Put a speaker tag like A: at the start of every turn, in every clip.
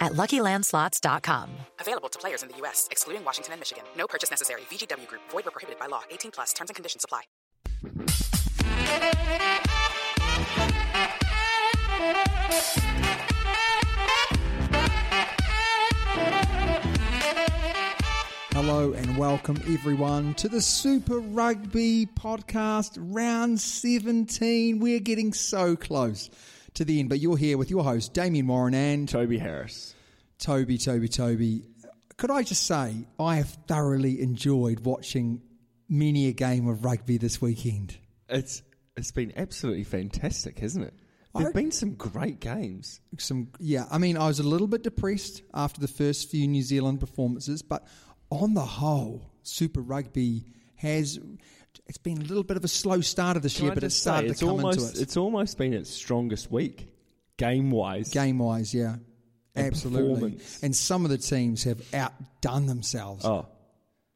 A: at luckylandslots.com.
B: Available to players in the U.S., excluding Washington and Michigan. No purchase necessary. VGW Group. Void were prohibited by law. 18 plus. Terms and conditions apply.
C: Hello and welcome everyone to the Super Rugby podcast round 17. We're getting so close to the end, but you're here with your host Damien Warren and
D: Toby Harris.
C: Toby Toby Toby. Could I just say I have thoroughly enjoyed watching many a game of rugby this weekend.
D: It's it's been absolutely fantastic, hasn't it?
C: I-
D: There've been some great games.
C: Some yeah, I mean I was a little bit depressed after the first few New Zealand performances, but on the whole, Super Rugby has it's been a little bit of a slow start of this
D: Can
C: year,
D: I
C: but it's
D: just say,
C: started
D: it's
C: to come
D: almost,
C: into it.
D: It's almost been its strongest week, game wise.
C: Game wise, yeah.
D: And
C: Absolutely.
D: performance.
C: And some of the teams have outdone themselves.
D: Oh,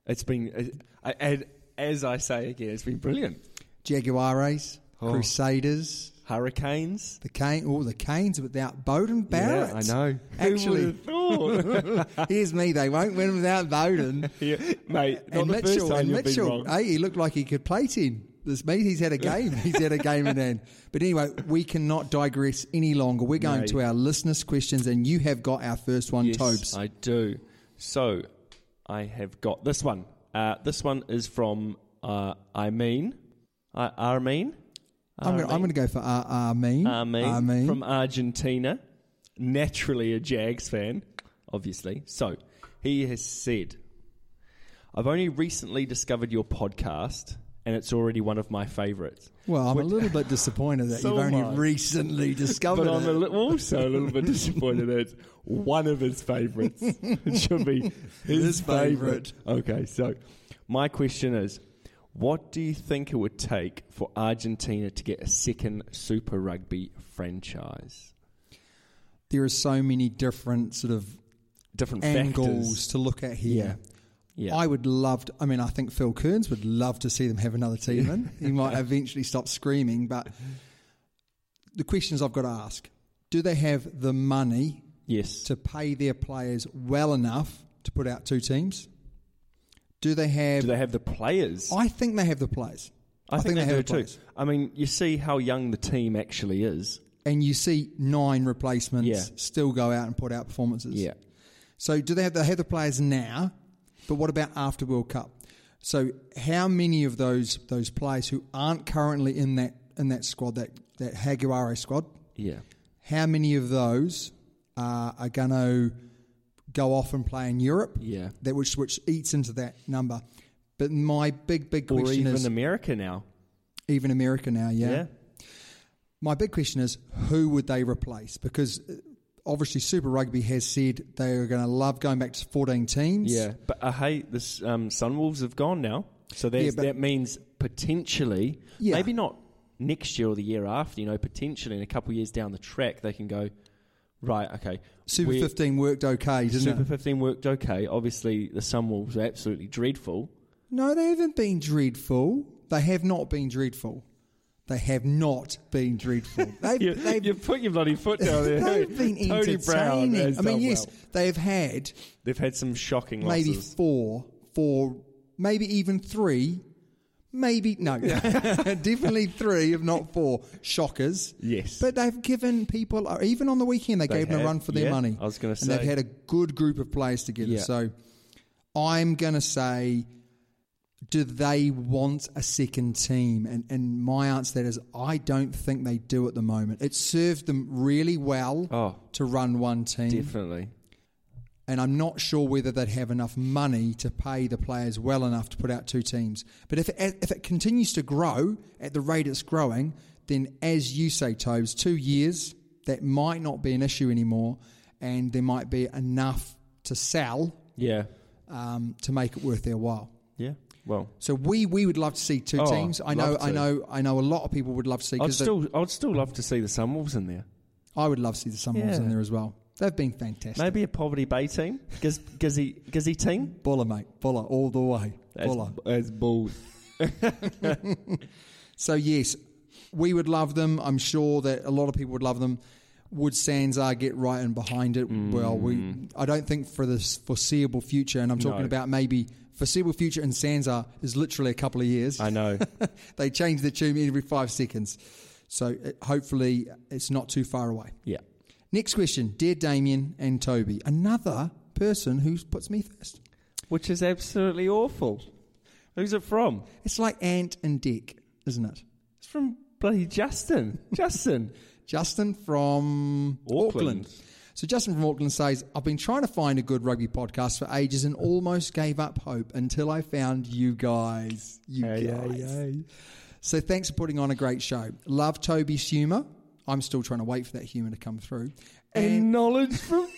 D: it's been. It, I, and as I say again, it's been brilliant.
C: Jaguares,
D: Oh.
C: Crusaders,
D: Hurricanes.
C: the Cane oh the Canes without Bowden Barrett.
D: Yeah, I know.
C: Actually,
D: Who would have thought?
C: here's me, they won't win without Bowden.
D: yeah, mate.
C: and
D: Not the
C: Mitchell,
D: first time
C: and
D: you've been
C: Mitchell,
D: wrong.
C: hey, he looked like he could play ten. This means he's had a game. He's had a game in hand. But anyway, we cannot digress any longer. We're going
D: No.
C: to our listeners' questions, and you have got our first one,
D: Yes,
C: Tobes.
D: I do. So I have got this one. Uh, this one is from uh, I mean, uh, Armin.
C: I'm going I'm to go for Ar- Armin.
D: Armin,
C: Armin.
D: from Argentina, naturally a Jags fan, obviously. So he has said, "I've only recently discovered your podcast, and it's already one of my favourites."
C: Well, I'm a little bit disappointed that
D: So
C: you've only
D: am I.
C: recently discovered
D: But I'm
C: it.
D: a li- also a little bit disappointed that it's one of his favourites. It should be his,
C: His favourite.
D: favourite. Okay, so my question is what do you think it would take for Argentina to get a second Super Rugby franchise?
C: there are so many different sort of
D: Different
C: angles
D: factors.
C: to look at here.
D: Yeah.
C: I would love. To, I mean, I think Phil Kearns would love to see them have another team in. He might eventually stop screaming, but the questions I've got to ask: Do they have the money
D: Yes.
C: to pay their players well enough to put out two teams? Do they have?
D: do they have the players?
C: I think they have the players.
D: do
C: have the
D: too.
C: players.
D: I mean, you see how young the team actually is.
C: And you see nine replacements
D: Yeah.
C: still go out and put out performances. So do they have they have the players now? But what about after World Cup? So how many of those those players who aren't currently in that in that squad that that Haguare squad?
D: Yeah.
C: How many of those uh, are going to go off and play in Europe?
D: Yeah.
C: that which which eats into that number. But my big big
D: Or
C: question
D: even
C: is
D: America now.
C: even America now,
D: yeah.
C: my big question is who would they replace? Because uh, obviously Super Rugby has said they are going to love going back to 14 teams.
D: Yeah, but uh, hey, the s- um, Sunwolves have gone now, so there's,
C: Yeah, but-
D: that means potentially,
C: Yeah.
D: maybe not next year or the year after. You know, potentially in a couple of years down the track, they can go right. Okay,
C: Super
D: we're-
C: 15 worked okay, didn't
D: Super
C: it?
D: 15 worked okay. Obviously, the Sunwolves were absolutely dreadful.
C: No, they haven't been dreadful. They have not been dreadful. They have not been dreadful. They've,
D: You,
C: they've,
D: you put your bloody foot down there.
C: they've been
D: Tony Brown
C: entertaining.
D: has
C: I mean,
D: done
C: yes,
D: well.
C: they have had
D: They've had some shocking losses.
C: maybe four, four, maybe even three, maybe no, definitely three, if not four, shockers.
D: Yes.
C: but they've given people, uh, even on the weekend, they,
D: They
C: gave them a
D: have,
C: run for their
D: yeah,
C: money.
D: I was gonna
C: and
D: say.
C: they've had a good group of players together.
D: Yeah.
C: So I'm going to say. Do they want a second team? And, and my answer to that is I don't think they do at the moment. It served them really well
D: Oh.
C: to run one team
D: Definitely.
C: and I'm not sure whether they'd have enough money to pay the players well enough to put out two teams. But if it, if it continues to grow at the rate it's growing, then as you say, Tobes, two years that might not be an issue anymore, and there might be enough to sell
D: Yeah.
C: um, to make it worth their while.
D: Yeah. Well,
C: So we we would love to see two
D: Oh,
C: teams. I know
D: love
C: I
D: to.
C: know I know a lot of people would love to see.
D: I'd
C: 'cause they-
D: still, I'd still love to see the Sunwolves in there.
C: I would love to see the Sunwolves
D: Yeah.
C: in there as well. They've been fantastic.
D: Maybe a Poverty Bay team, Giz, Gizzy, Gizzy team.
C: Buller, mate, Buller all the way. Buller.
D: as balls.
C: So yes, we would love them. I'm sure that a lot of people would love them. Would Sanzar get right and behind it? Well, we I don't think for the foreseeable future, and I'm talking
D: Mm. No.
C: about maybe foreseeable future in Sanzar is literally a couple of years.
D: I know.
C: they change the tune every five seconds, so it, hopefully uh, it's not too far away.
D: yeah.
C: Next question, dear Damien and Toby, another person who puts me first.
D: Which is absolutely awful. Who's it from?
C: It's like Ant and Dick, isn't it?
D: It's from bloody Justin. Justin.
C: Justin from
D: Auckland.
C: So Justin from Auckland says, I've been trying to find a good rugby podcast for ages and almost gave up hope until I found you guys. You guys. So thanks for putting on a great show. Love Toby's humour. I'm still trying to wait for that humour to come through.
D: And knowledge from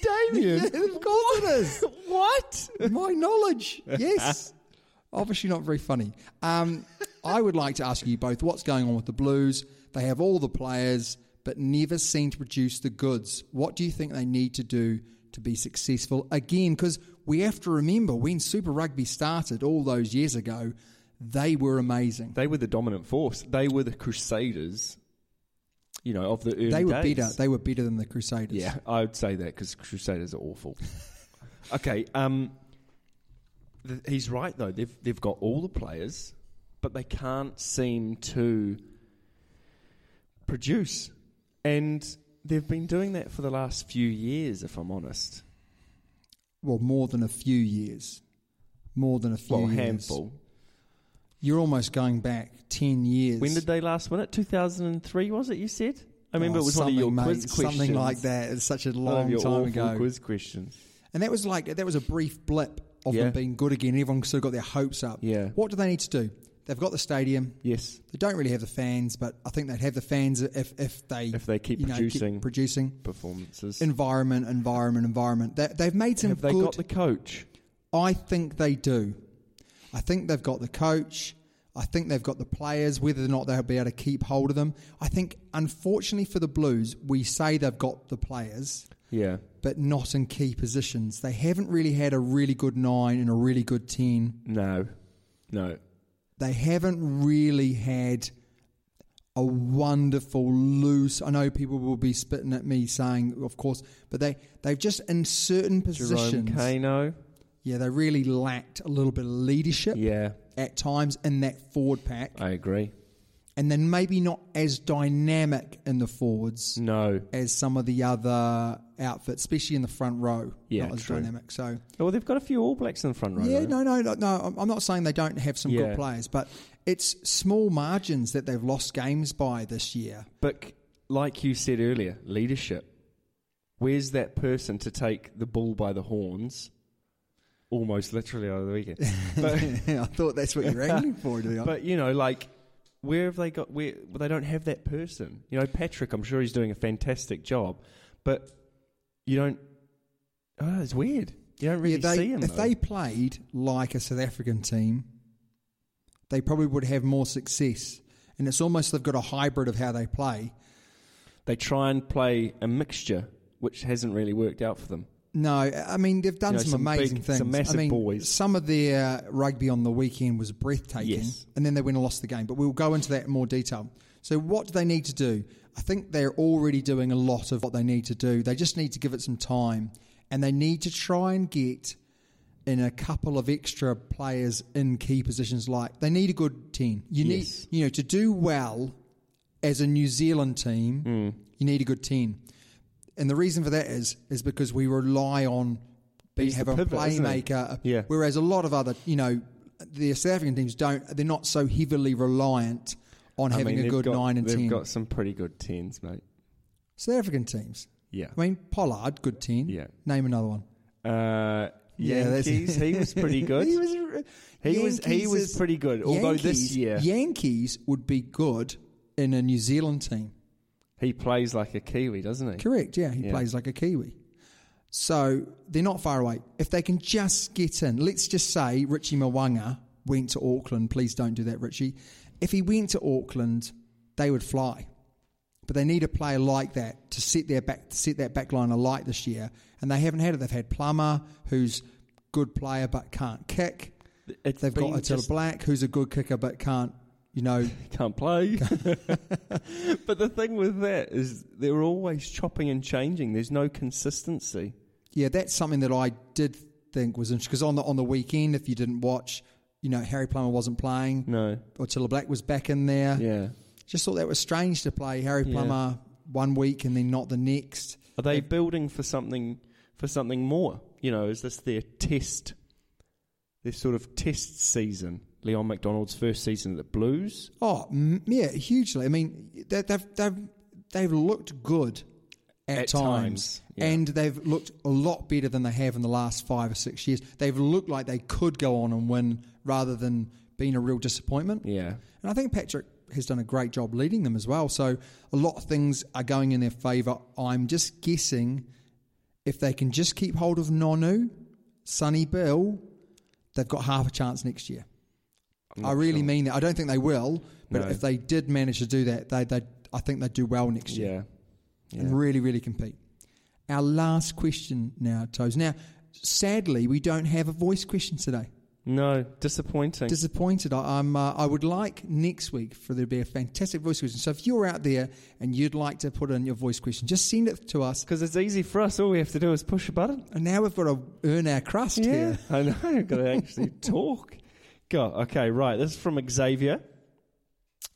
D: Damien.
C: of course it is.
D: what?
C: My knowledge. Yes. Obviously not very funny. Um, I would like to ask you both what's going on with the Blues? They have all the players, but never seem to produce the goods. What do you think they need to do to be successful again? Because we have to remember when Super Rugby started all those years ago, they were amazing.
D: They were the dominant force. They were the Crusaders, you know, of the early
C: They were
D: days.
C: better. They were better than the Crusaders.
D: Yeah, I would say that because Crusaders are awful. okay, um, th- he's right though. They've they've got all the players, but they can't seem to produce, and they've been doing that for the last few years. If I'm honest,
C: Well, more than a few years. More than a few
D: well,
C: years.
D: handful.
C: You're almost going back 10 years.
D: When did they last win it? 2003 was it? You said. I remember
C: Oh,
D: it was one of your
C: something, mate,
D: quiz questions.
C: Something like that. It's such a
D: One of
C: long
D: your
C: time
D: awful
C: ago.
D: quiz questions.
C: And that was like that was a brief blip of
D: Yeah.
C: them being good again. Everyone still got their hopes up.
D: Yeah.
C: What do they need to do? They've got the stadium.
D: Yes.
C: They don't really have the fans, but I think they'd have the fans if if they
D: If they keep
C: you know,
D: producing.
C: producing
D: Performances.
C: environment, environment, environment. They, they've made some
D: Have they
C: good.
D: got the coach?
C: I think they do. I think they've got the coach. I think they've got the players, whether or not they'll be able to keep hold of them. I think, unfortunately for the Blues, we say they've got the players,
D: Yeah.
C: but not in key positions. They haven't really had a really good nine and a really good 10.
D: No. No.
C: They haven't really had a wonderful loose. I know people will be spitting at me saying, of course, but they, they've just, in certain
D: Jerome
C: positions,
D: Kano.
C: yeah, they really lacked a little bit of leadership
D: Yeah,
C: at times in that forward pack.
D: I agree.
C: And then maybe not as dynamic in the forwards
D: No.
C: as some of the other outfits, especially in the front row.
D: Yeah,
C: not as
D: true.
C: dynamic. So.
D: Well, they've got a few All Blacks in the front row.
C: Yeah,
D: though.
C: no, no, no, no. I'm- I'm not saying they don't have some
D: Yeah.
C: good players, but it's small margins that they've lost games by this year.
D: But c- like you said earlier, leadership. Where's that person to take the bull by the horns? Almost literally over the weekend.
C: I thought that's what you're angling for, to be honest.
D: But you know, like, where have they got? Where well, they don't have that person. You know, Patrick. I'm sure he's doing a fantastic job, but you don't. Oh, it's weird. You don't really
C: Yeah, they-
D: see him.
C: if
D: though.
C: they played like a South African team, they probably would have more success. And it's almost they've got a hybrid of how they play.
D: they try and play a mixture, which hasn't really worked out for them.
C: No, I mean they've done
D: You know,
C: some,
D: some
C: amazing
D: big-
C: things.
D: some massive
C: I mean,
D: boys.
C: Some of their uh, rugby on the weekend was breathtaking,
D: Yes.
C: and then they went and lost the game. But we'll go into that in more detail. So, what do they need to do? I think they're already doing a lot of what they need to do. They just need to give it some time, and they need to try and get in a couple of extra players in key positions. Like they need a good team. You
D: Yes.
C: need, you know, to do well as a New Zealand team,
D: Hmm.
C: you need a good ten. And the reason for that is is because we rely on we
D: He's
C: have
D: the
C: a
D: pivot, isn't he?
C: playmaker.
D: Yeah.
C: Whereas a lot of other, you know, the South African teams don't. They're not so heavily reliant on
D: I
C: having
D: mean,
C: a
D: they've
C: good
D: got-
C: nine and
D: They've
C: ten.
D: got some pretty good tens, mate.
C: South African teams.
D: Yeah.
C: I mean, Pollard, good ten.
D: Yeah.
C: Name another one.
D: Uh,
C: Yeah, that's-
D: Yankees. he was pretty good.
C: he was.
D: He was- he
C: Yankees
D: was
C: is-
D: pretty good, although this
C: Yankees-
D: year-
C: Yankees would be good in a New Zealand team.
D: He plays like a Kiwi, doesn't he?
C: Correct. Yeah, he
D: Yeah.
C: plays like a Kiwi. So they're not far away. If they can just get in, let's just say Richie Mwanga went to Auckland. Please don't do that, Richie. If he went to Auckland, they would fly. But they need a player like that to set their back to set that back line alight this year, and they haven't had it. They've had Plummer, who's good player but can't kick.
D: It's
C: They've
D: been
C: got Attila
D: just-
C: Black, who's a good kicker but can't, you know,
D: can't play. but the thing with that is they're always chopping and changing. There's no consistency.
C: yeah, that's something that I did think was interesting because on the on the weekend, if you didn't watch, you know, Harry Plummer wasn't playing,
D: No.
C: or Tilla Black was back in there.
D: Yeah.
C: Just thought that was strange to play Harry
D: Yeah.
C: Plummer one week and then not the next.
D: Are they building for something for something more? You know, is this their test? Their sort of test season. Leon McDonald's first season at the Blues.
C: Oh, mm, yeah, hugely. I mean, they, they've they've they've looked good at,
D: At
C: times,
D: times, yeah.
C: and they've looked a lot better than they have in the last five or six years. They've looked like they could go on and win rather than being a real disappointment.
D: Yeah.
C: And I think Patrick has done a great job leading them as well. So a lot of things are going in their favour. I'm just guessing if they can just keep hold of Nonu, Sonny Bill, they've got half a chance next year. I really mean that. I don't think they will, but
D: No.
C: if they did manage to do that, they, they I think they'd do well next year
D: Yeah.
C: and really, really compete. Our last question now, Toes. Now, sadly, we don't have a voice question today
D: No. Disappointing.
C: disappointed. I, I'm. Uh, I would like next week for there to be a fantastic voice question. So if you're out there and you'd like to put in your voice question, just send it to us.
D: Because it's easy for us. All we have to do is push a button.
C: And now we've got to earn our crust here.
D: I know. I've got to actually talk. Go. Okay, right. This is from Xavier.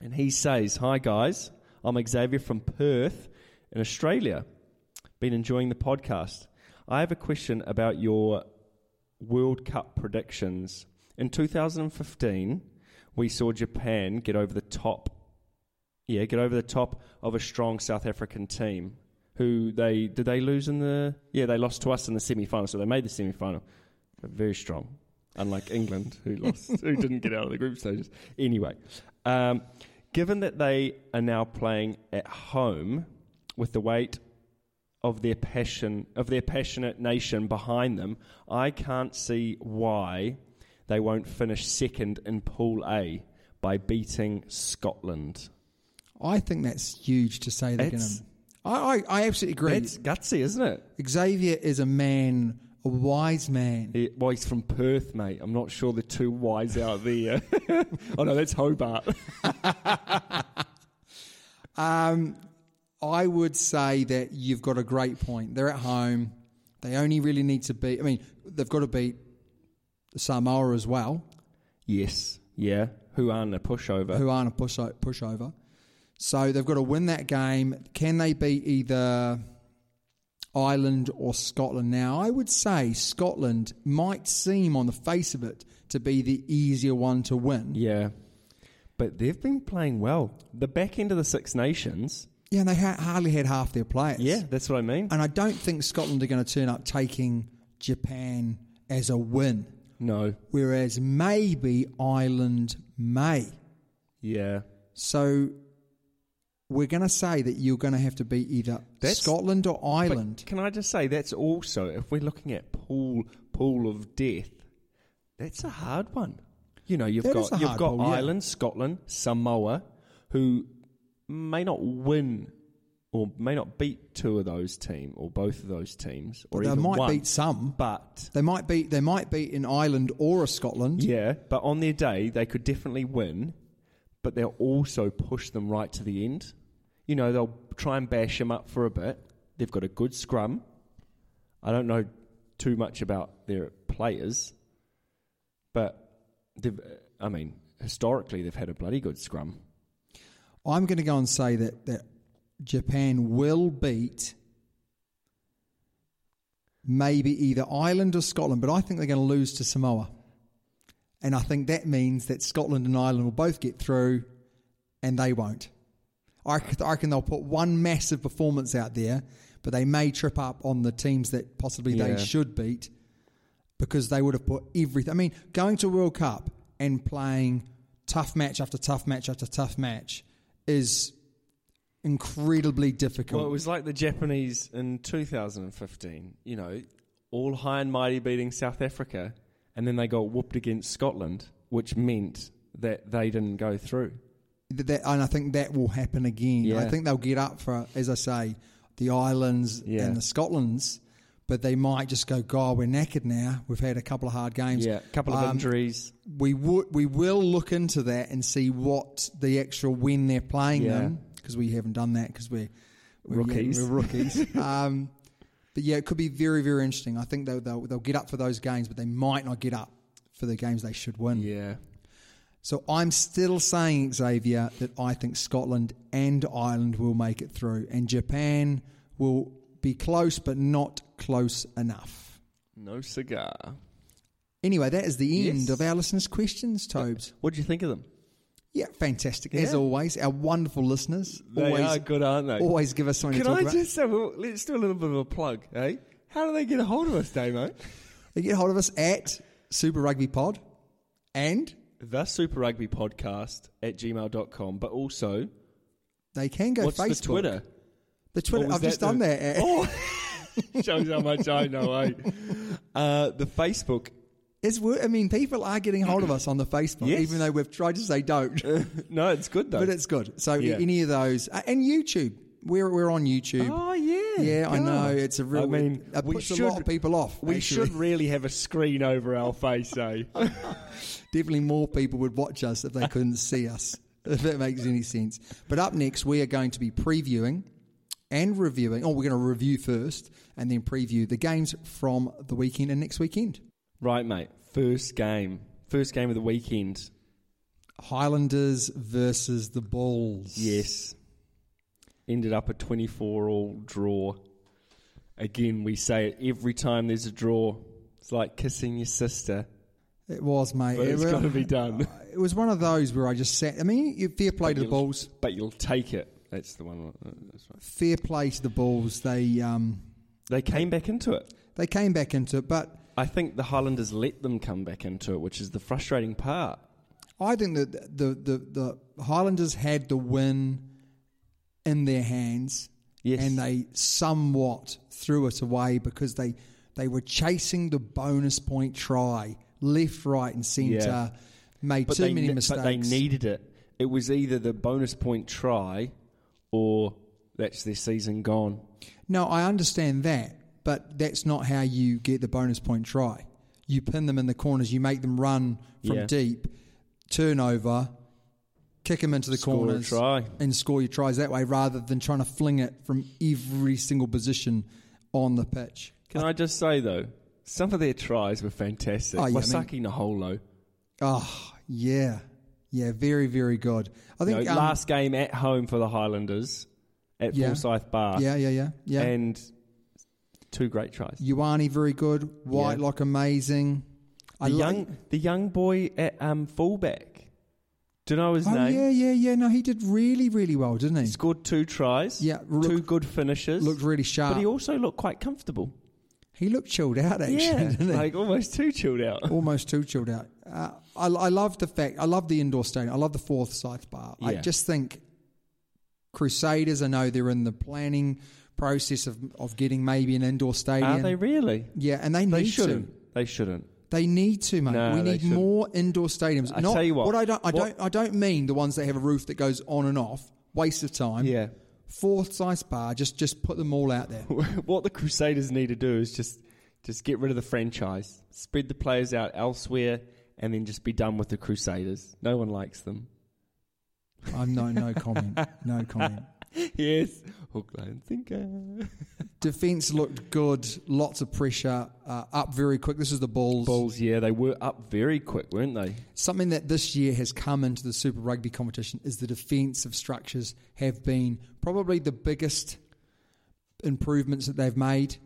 D: And he says, Hi, guys. I'm Xavier from Perth in Australia. Been enjoying the podcast. I have a question about your World Cup predictions. In 2015, we saw Japan get over the top. Yeah, get over the top of a strong South African team. Who they did they lose in the? Yeah, they lost to us in the semi final, so they made the semi final. Very strong, unlike England, who lost, who didn't get out of the group stages. Anyway, um, given that they are now playing at home with the weight of their passion of their passionate nation behind them, I can't see why they won't finish second in Pool A by beating Scotland.
C: I think that's huge to say that. you know.
D: It's-
C: I, I, I absolutely agree.
D: That's gutsy, isn't it?
C: Xavier is a man, a wise man.
D: He- well, he's from Perth, mate. I'm not sure the two Y's out there. oh no, that's Hobart.
C: I would say that you've got a great point. They're at home. They only really need to beat. I mean, they've got to beat Samoa as well.
D: Yes. Yeah. Who aren't a pushover?
C: who aren't a push pushover. So they've got to win that game. Can they beat either Ireland or Scotland? Now, I would say Scotland might seem, on the face of it, to be the easier one to win.
D: yeah. But they've been playing well. The back end of the Six Nations.
C: Yeah, and they ha- hardly had half their players.
D: that's what I mean.
C: and I don't think Scotland are going to turn up taking Japan as a win,
D: No.
C: whereas maybe Ireland may.
D: Yeah.
C: So we're going to say that you're going to have to beat either
D: That's-
C: Scotland or
D: But
C: Ireland.
D: can I just say that's also if we're looking at pool pool of death, that's a hard one. You know, you've
C: That is
D: got
C: a
D: you've
C: hard
D: got
C: pool, yeah.
D: Ireland, Scotland, Samoa, who may not win or may not beat two of those teams or both of those teams, or
C: they
D: even
C: might
D: one,
C: beat some.
D: But
C: They might beat they might beat an Ireland or a Scotland.
D: yeah, but on their day they could definitely win, but they'll also push them right to the end. You know, they'll try and bash them up for a bit. They've got a good scrum. I don't know too much about their players, but they've, uh, I mean, historically they've had a bloody good scrum.
C: I'm going to go and say that that Japan will beat maybe either Ireland or Scotland, but I think they're going to lose to Samoa. And I think that means that Scotland and Ireland will both get through, and they won't. I reckon- I reckon they'll put one massive performance out there, but they may trip up on the teams that possibly
D: Yeah.
C: they should beat because they would have put everything. I mean, going to a World Cup and playing tough match after tough match after tough match is incredibly difficult.
D: Well, it was like the Japanese in 2015, you know, all high and mighty beating South Africa, and then they got whooped against Scotland, which meant that they didn't go through.
C: Th- that, and I think that will happen again.
D: Yeah.
C: I think they'll get up for, as I say, the Islands
D: Yeah.
C: and the Scotlands, but they might just go, God, we're knackered now. We've had a couple of hard games.
D: Yeah, a couple of
C: Um,
D: injuries.
C: We, would, we will look into that and see what the actual when they're playing
D: Yeah.
C: them, because we haven't done that because we're, we're yeah,
D: Rookies.
C: we're rookies. um, but yeah, it could be very, very interesting. I think they'll, they'll, they'll get up for those games, but they might not get up for the games they should win.
D: Yeah.
C: So I'm still saying, Xavier, that I think Scotland and Ireland will make it through, and Japan will be close, but not close enough.
D: No cigar.
C: Anyway, that is the end
D: Yes.
C: of our listeners' questions, Tobes.
D: What do you think of them?
C: Yeah, fantastic as
D: Yeah.
C: always. Our wonderful listeners
D: They
C: always
D: are good, aren't they?
C: always give us something
D: Can
C: to talk
D: I
C: about.
D: just say, well, let's do a little bit of a plug, eh? How do they get a hold of us, Damo?
C: They get hold of us at Super Rugby Pod and
D: the Super Rugby Podcast at gmail.com, but also,
C: they can go
D: what's
C: Facebook.
D: the Twitter?
C: The Twitter.
D: Or was
C: I've just
D: that
C: done
D: the-
C: that. at-
D: Oh, shows how much I know. Eh? Uh, the Facebook.
C: It's, wor- I mean, people are getting hold of us on the Facebook,
D: Yes.
C: even though we've tried to say don't.
D: No, it's good though.
C: But it's good. So
D: Yeah.
C: any of those, uh, and YouTube, we're we're on YouTube.
D: oh yeah,
C: yeah, I
D: God.
C: know. It's a real.
D: I mean,
C: it
D: we
C: puts
D: should,
C: a uh, lot of people off.
D: We
C: actually.
D: should really have a screen over our face, eh?
C: definitely more people would watch us if they couldn't see us. If that makes any sense. But up next, we are going to be previewing and reviewing. Oh, we're going to review first and then preview the games from the weekend and next weekend.
D: right, mate. First game. First game of the weekend.
C: Highlanders versus the Bulls.
D: Yes. Ended up a 24 all draw. Again, we say it every time there's a draw. It's like kissing your sister,
C: it was, mate.
D: but it's
C: it,
D: got to be done.
C: it was one of those where I just sat. I mean, you- fair play to the Bulls.
D: But you'll take it. That's the one. That's right.
C: fair play to the Bulls. They um,
D: They came back into it.
C: they came back into it, but
D: I think the Highlanders let them come back into it, which is the frustrating part.
C: I think that the the, the Highlanders had the win in their hands,
D: Yes.
C: and they somewhat threw it away because they they were chasing the bonus point try left, right, and centre. Made too
D: they,
C: many
D: ne-
C: mistakes.
D: but they needed it. It was either the bonus point try or that's their season gone.
C: No, I understand that, but that's not how you get the bonus point try. You pin them in the corners, you make them run from
D: Yeah.
C: deep, turnover, kick them into the
D: Score a
C: corners,
D: try.
C: and score your tries that way, rather than trying to fling it from every single position on the pitch.
D: Can I just say, though, some of their tries were fantastic.
C: Oh, yeah, I
D: Wasaki Naholo.
C: Oh, yeah, yeah, very, very good. I
D: You
C: think
D: know,
C: um,
D: last game at home for the Highlanders at
C: Yeah.
D: Forsyth Bar.
C: yeah, yeah, yeah, yeah.
D: And two great tries.
C: Ioane, very good. Whitelock, amazing.
D: The young, the young boy at um, fullback. Do you know his
C: Oh
D: name?
C: yeah, yeah, yeah. No, he did really, really well, didn't he?
D: Scored two tries.
C: Yeah,
D: two
C: looked-
D: good finishes.
C: looked really sharp.
D: But he also looked quite comfortable.
C: He looked chilled out actually,
D: yeah,
C: didn't he?
D: like almost too chilled out.
C: Almost too chilled out. Uh, I, I love the fact. I love the indoor stadium. I love the fourth scythe bar. I
D: Yeah.
C: just think Crusaders. I know they're in the planning process of of getting maybe an indoor stadium.
D: Are they really?
C: yeah, and they,
D: They
C: need
D: shouldn't.
C: to.
D: They shouldn't.
C: They need to, mate.
D: No,
C: we
D: they
C: need
D: shouldn't.
C: more indoor stadiums.
D: I
C: Not,
D: tell you what,
C: I don't. I
D: what-
C: don't. I don't mean the ones that have a roof that goes on and off. Waste of time.
D: Yeah.
C: fourth size bar. Just just put them all out there.
D: what the Crusaders need to do is just just get rid of the franchise, spread the players out elsewhere, and then just be done with the Crusaders. No one likes them.
C: I'm no no comment. No comment.
D: yes, hook, line, and sinker.
C: Defense looked good. Lots of pressure. Uh, up very quick. This is the Bulls.
D: Bulls, yeah, they were up very quick, weren't they?
C: Something that this year has come into the Super Rugby competition is the defensive structures have been probably the biggest improvements that they've made.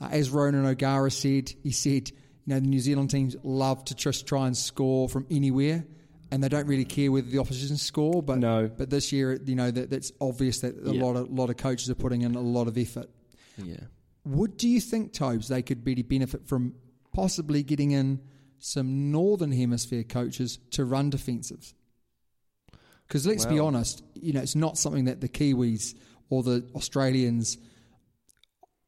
C: Uh, as Ronan O'Gara said, he said, you know, the New Zealand teams love to just try and score from anywhere. And they don't really care whether the opposition score, but
D: No.
C: but this year, you know, that, that's obvious that a
D: Yeah.
C: lot of lot of coaches are putting in a lot of effort.
D: Yeah.
C: Would do you think, Tobes, they could really benefit from possibly getting in some Northern Hemisphere coaches to run defensives? Because let's be
D: Well-
C: honest, you know, it's not something that the Kiwis or the Australians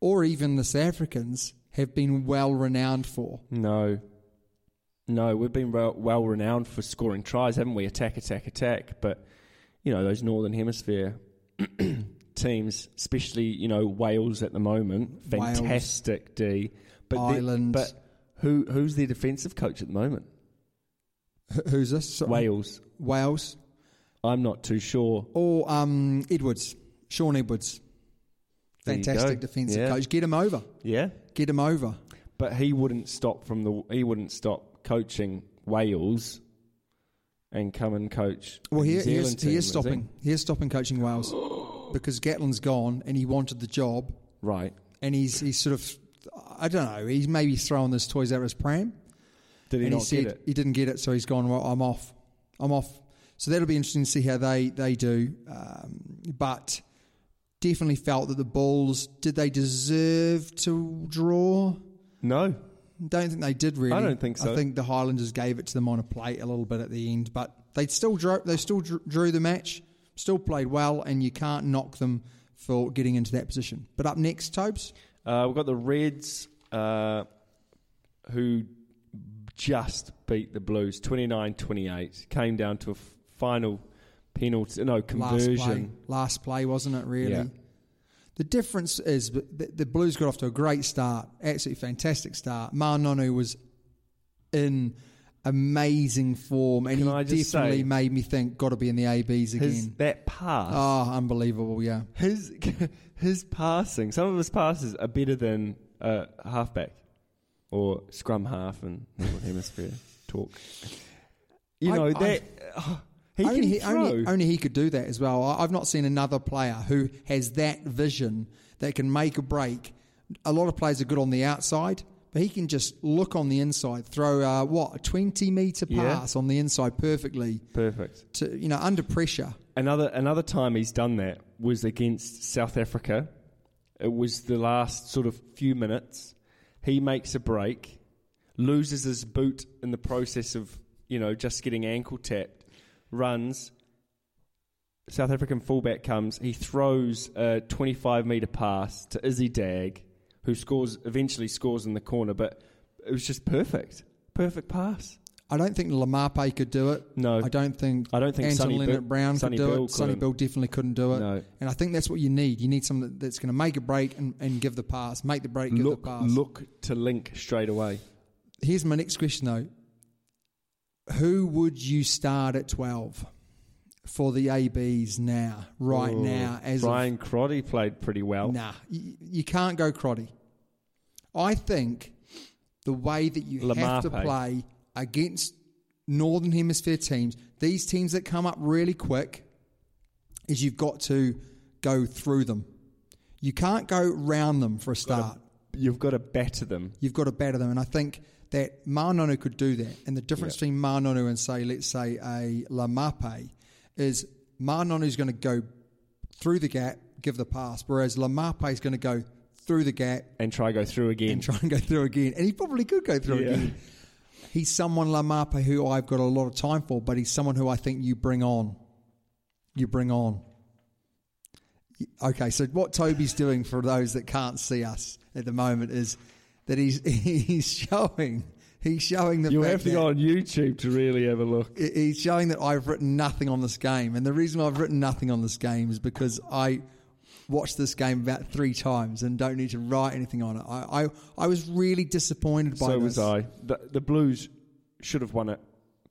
C: or even the South Africans have been well renowned for.
D: No. No, we've been well, well renowned for scoring tries, haven't we? Attack, attack, attack. But, you know, those Northern Hemisphere teams, especially, you know, Wales at the moment,
C: Wales.
D: fantastic D. But the-
C: Ireland.
D: But who who's their defensive coach at the moment?
C: Wh- Who's this? So-
D: Wales.
C: Wales.
D: I'm not too sure.
C: Or um, Edwards, Sean Edwards.
D: There you
C: Fantastic
D: go.
C: defensive
D: Yeah.
C: coach. Get him over.
D: Yeah.
C: Get him over.
D: But he wouldn't stop from the he wouldn't stop coaching Wales and come and coach.
C: Well,
D: the
C: he,
D: New
C: he,
D: Zealand
C: is,
D: team,
C: he is
D: he?
C: stopping. He is stopping coaching Wales because Gatlin's gone and he wanted the job,
D: Right.
C: and he's he's sort of, I don't know, he's maybe throwing his toys out of his pram,
D: Did he
C: and
D: not
C: he said
D: get it?
C: he didn't get it, so he's gone. Well, I'm off. I'm off. So that'll be interesting to see how they they do. Um, but definitely felt that the Bulls did they deserve to draw?
D: No.
C: Don't think they did really.
D: I don't think so.
C: I think the Highlanders gave it to them on a plate a little bit at the end, but they still drew. They still drew, drew the match. Still played well, and you can't knock them for getting into that position. But up next, Tobes.
D: Uh, we've got the Reds, uh, who just beat the Blues 29 28. Came down to a f- final penalty, no,
C: Last play,
D: conversion.
C: last play, wasn't it? Really.
D: Yeah.
C: The difference is that the, the Blues got off to a great start, absolutely fantastic start. Ma Nonu was in amazing form, and
D: Can
C: he
D: I just
C: definitely
D: say-
C: made me think, got to be in the ABs again.
D: His, that pass,
C: oh, unbelievable! Yeah.
D: his, his passing, some of his passes are better than uh, halfback or scrum half and Northern Hemisphere talk. You
C: I-
D: know,
C: I-
D: that. oh, he
C: only,
D: can
C: he,
D: throw.
C: only, only he could do that as well. I, I've not seen another player who has that vision that can make a break. A lot of players are good on the outside, but he can just look on the inside, throw uh, what a twenty meter
D: Yeah.
C: pass on the inside perfectly.
D: Perfect.
C: To you know, under pressure,
D: Another another time he's done that was against South Africa. It was the last sort of few minutes. He makes a break, loses his boot in the process of you know just getting ankle tapped, runs. South African fullback comes. He throws a 25 meter pass to Izzy Dag, who scores eventually scores in the corner. But it was just perfect, perfect pass.
C: I don't think Lamape could do it.
D: No.
C: I don't think.
D: I don't think Sonny
C: Anton
D: Bill-
C: Leonard Brown
D: Sonny
C: could do
D: Bill
C: it. Sonny
D: couldn't.
C: Bill definitely couldn't do it.
D: No.
C: And I think that's what you need. You need someone that- that's going to make a break and, and give the pass, make the break, give
D: Look,
C: the pass.
D: look to link straight away.
C: Here's my next question though. Who would you start at 12 for the ABs now, right
D: Ooh,
C: now? As
D: Ryan Crotty played pretty well.
C: of, nah, you, you can't go Crotty. I think the way that you have to
D: Lamape.
C: play against Northern Hemisphere teams, these teams that come up really quick, is you've got to go through them. You can't go round them for a start.
D: You've got to batter them.
C: You've got to batter them. And I think that Manonu could do that. And the difference between Manonu and, say, let's say a Lamape is Manonu's going to go through the gap, give the pass, whereas Lamape is going to go through the gap
D: And try go through again.
C: and try and go through again. And he probably could go through
D: Yeah.
C: again. He's someone, Lamape, who I've got a lot of time for, but he's someone who I think you bring on. You bring on. Okay, so what Toby's doing for those that can't see us at the moment is that he's he's showing he's showing the
D: You'll
C: fact
D: have to
C: that-
D: go on YouTube to really have a look.
C: it- It's showing that I've written nothing on this game, and the reason I've written nothing on this game is because I watched this game about three times and don't need to write anything on it. I, I, I was really disappointed by
D: so
C: this.
D: was I. The, the Blues should have won it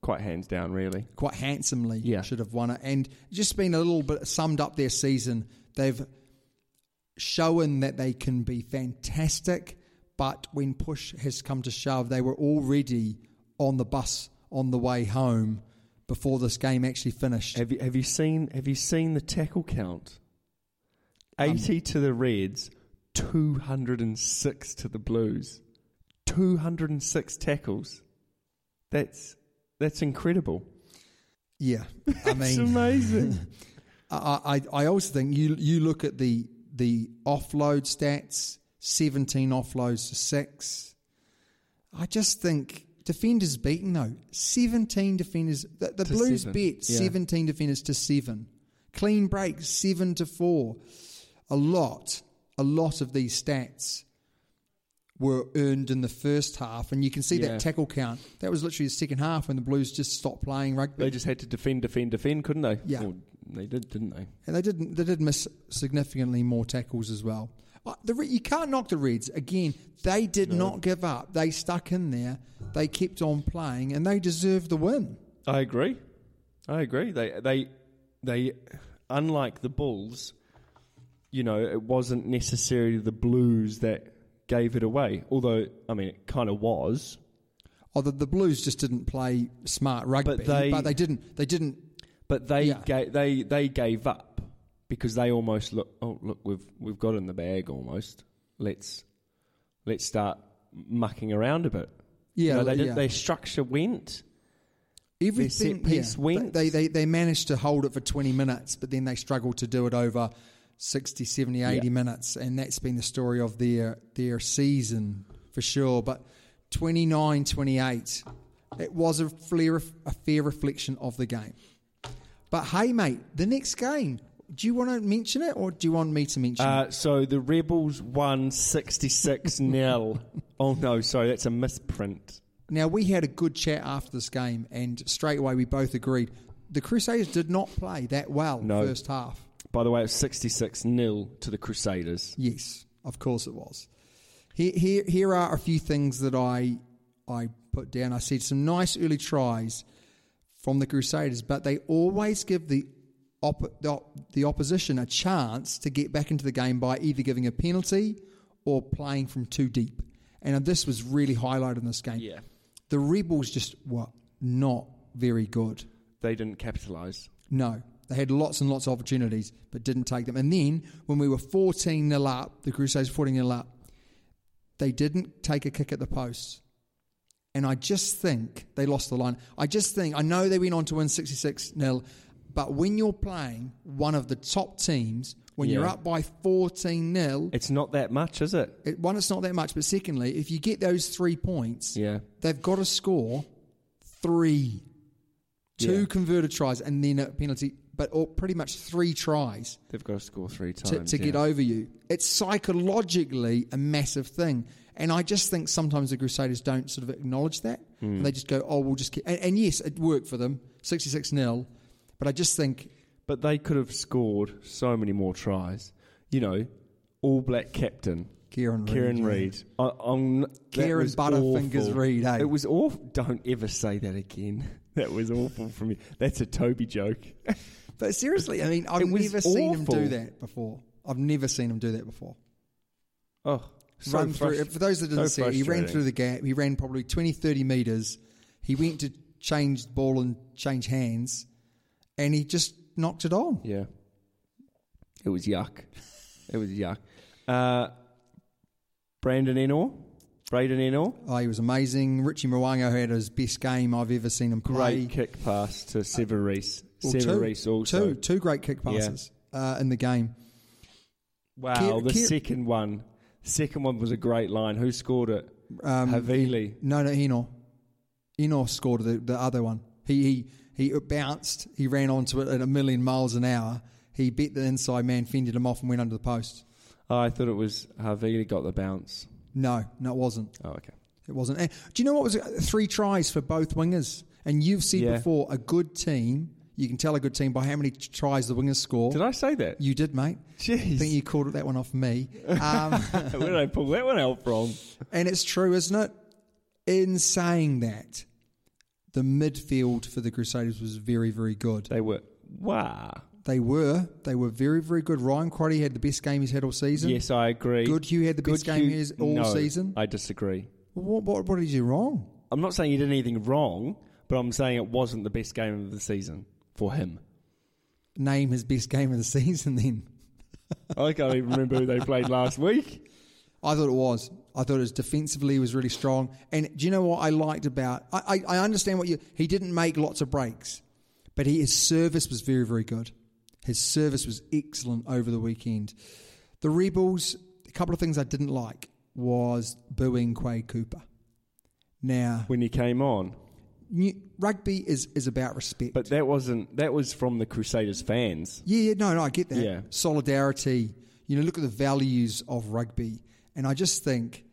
D: quite hands down, really.
C: Quite handsomely
D: Yeah.
C: should have won it. And just been a little bit summed up their season. They've shown that they can be fantastic, but when push has come to shove, they were already on the bus on the way home before this game actually finished.
D: Have you have you seen have you seen the tackle count?
C: Um,
D: Eighty to the Reds, two hundred and six to the Blues, two hundred and six tackles. That's that's incredible.
C: yeah. I mean
D: It's amazing.
C: I, I, I also think you you look at the the offload stats, seventeen offloads to six. I just think defenders beaten though seventeen defenders. The, the
D: To
C: Blues
D: seven,
C: beat
D: yeah.
C: seventeen defenders to seven, clean breaks seven to four. A lot, a lot of these stats were earned in the first half, and you can see
D: Yeah.
C: that tackle count. That was literally the second half when the Blues just stopped playing rugby.
D: they just had to defend, defend, defend, couldn't they?
C: Yeah.
D: Or they did, didn't they?
C: And they did they did miss significantly more tackles as well. Uh, The, Re- you can't knock the Reds again. They did not give up. They stuck in there. They kept on playing, and they deserved the win.
D: I agree. I agree. They they they unlike the Bulls, you know, it wasn't necessarily the Blues that gave it away. Although, I mean, it kind of was.
C: Although the Blues just didn't play smart rugby,
D: But they-
C: didn't. They didn't.
D: But they
C: Yeah.
D: ga- they they gave up because they almost look. Oh, look, we've we've got it in the bag almost. Let's let's start mucking around a bit.
C: Yeah,
D: you know, they
C: yeah.
D: did, their structure went.
C: Everything.
D: set piece
C: yeah,
D: went.
C: They, they they managed to hold it for twenty minutes, but then they struggled to do it over 60, 70, 80
D: Yeah.
C: minutes, and that's been the story of their their season for sure. But 29, 28, it was a fair, a fair reflection of the game. But hey, mate, the next game. Do you want to mention it, or do you want me to mention it?
D: Uh, so the Rebels won sixty six 0 Oh no, sorry, that's a misprint.
C: Now we had a good chat after this game, and straight away we both agreed the Crusaders did not play that well
D: No.
C: first half.
D: By the way, it's 66 0 to the Crusaders.
C: Yes, of course it was. Here, here, here are a few things that I I put down. I said some nice early tries from the Crusaders, but they always give the op- the, op- the opposition a chance to get back into the game by either giving a penalty or playing from too deep. And uh, this was really highlighted in this game.
D: Yeah.
C: The Rebels just were not very good.
D: They didn't capitalise.
C: No. They had lots and lots of opportunities, but didn't take them. And then when we were 14 nil up, the Crusaders 14 nil up, they didn't take a kick at the post. And I just think they lost the line. I just think, I know they went on to win 66 nil, but when you're playing one of the top teams, when you're
D: Yeah.
C: up by 14 nil,
D: It's not that much, is it?
C: it, one, it's not that much, but secondly, if you get those three points,
D: Yeah.
C: they've got to score three, two
D: Yeah.
C: converted tries, and then a penalty, but or pretty much three tries
D: They've got to score three times.
C: to, to
D: yeah.
C: get over you. It's psychologically a massive thing. And I just think sometimes the Crusaders don't sort of acknowledge that.
D: Hmm.
C: And they just go, oh, we'll just keep. And, and yes, it worked for them, 66 0. But I just think,
D: But they could have scored so many more tries. You know, All Black captain.
C: Kieran Reid,
D: Kieran
C: yeah.
D: Reid. I, I'm, that
C: Kieran
D: was
C: Butterfingers
D: awful.
C: Reid, eh?
D: It was awful. Don't ever say that again. That was awful from you. That's a Toby joke.
C: but seriously, I mean, I've
D: It was
C: never seen them do
D: awful.
C: that before. I've never seen them do that before.
D: Oh, so
C: run through.
D: frust-
C: For those that
D: so
C: didn't see it, he ran
D: frustrating.
C: through the gap. He ran probably 20, 30 metres. He went to change the ball and change hands, and he just knocked it on.
D: Yeah. It was yuck. It was yuck. Uh, Brandon Enor. Braden Enor.
C: Oh, he was amazing. Richie Mwango had his best game I've ever seen him play.
D: Great kick pass to Severis.
C: Well,
D: Severis
C: two,
D: also.
C: two, two great kick passes uh, in the game.
D: Wow,
C: Kier-
D: the
C: Kier-
D: second one. The second one was a great line. Who scored it?
C: Um,
D: Havili.
C: No, no, Eno. Eno scored the, the other one. He, he he bounced. He ran onto it at a million miles an hour. He beat the inside man, fended him off, and went under the post.
D: Oh, I thought it was Havili got the bounce.
C: No, no, it wasn't.
D: Oh, okay.
C: It wasn't. uh, And do you know what was three tries for both wingers? And you've said
D: Yeah.
C: before, a good team. You can tell a good team by how many t- tries the wingers score.
D: Did I say that?
C: You did, mate.
D: Jeez.
C: I think you called that one off me. Um,
D: Where did I pull that one out from?
C: and it's true, isn't it? In saying that, the midfield for the Crusaders was very, very good.
D: They were. Wow.
C: They were. They were very, very good. Ryan Crotty had the best game he's had all season.
D: Yes, I agree.
C: Goodhue had the best game he has all
D: no,
C: season.
D: I disagree.
C: What, what, what did you do wrong?
D: I'm not saying he did anything wrong, but I'm saying it wasn't the best game of the season for him.
C: Name his best game of the season then.
D: I can't even remember who they played last week.
C: I thought it was. I thought it was defensively was really strong. And do you know what I liked about? I, I, I understand what you. He didn't make lots of breaks, but he, his service was very very good. His service was excellent over the weekend. The Rebels. A couple of things I didn't like was booing Quay Cooper. Now,
D: When he came on.
C: new, rugby is is about respect.
D: But that wasn't that was from the Crusaders fans.
C: Yeah, yeah, no, no, I get that.
D: Yeah.
C: Solidarity. You know, look at the values of rugby. And I just think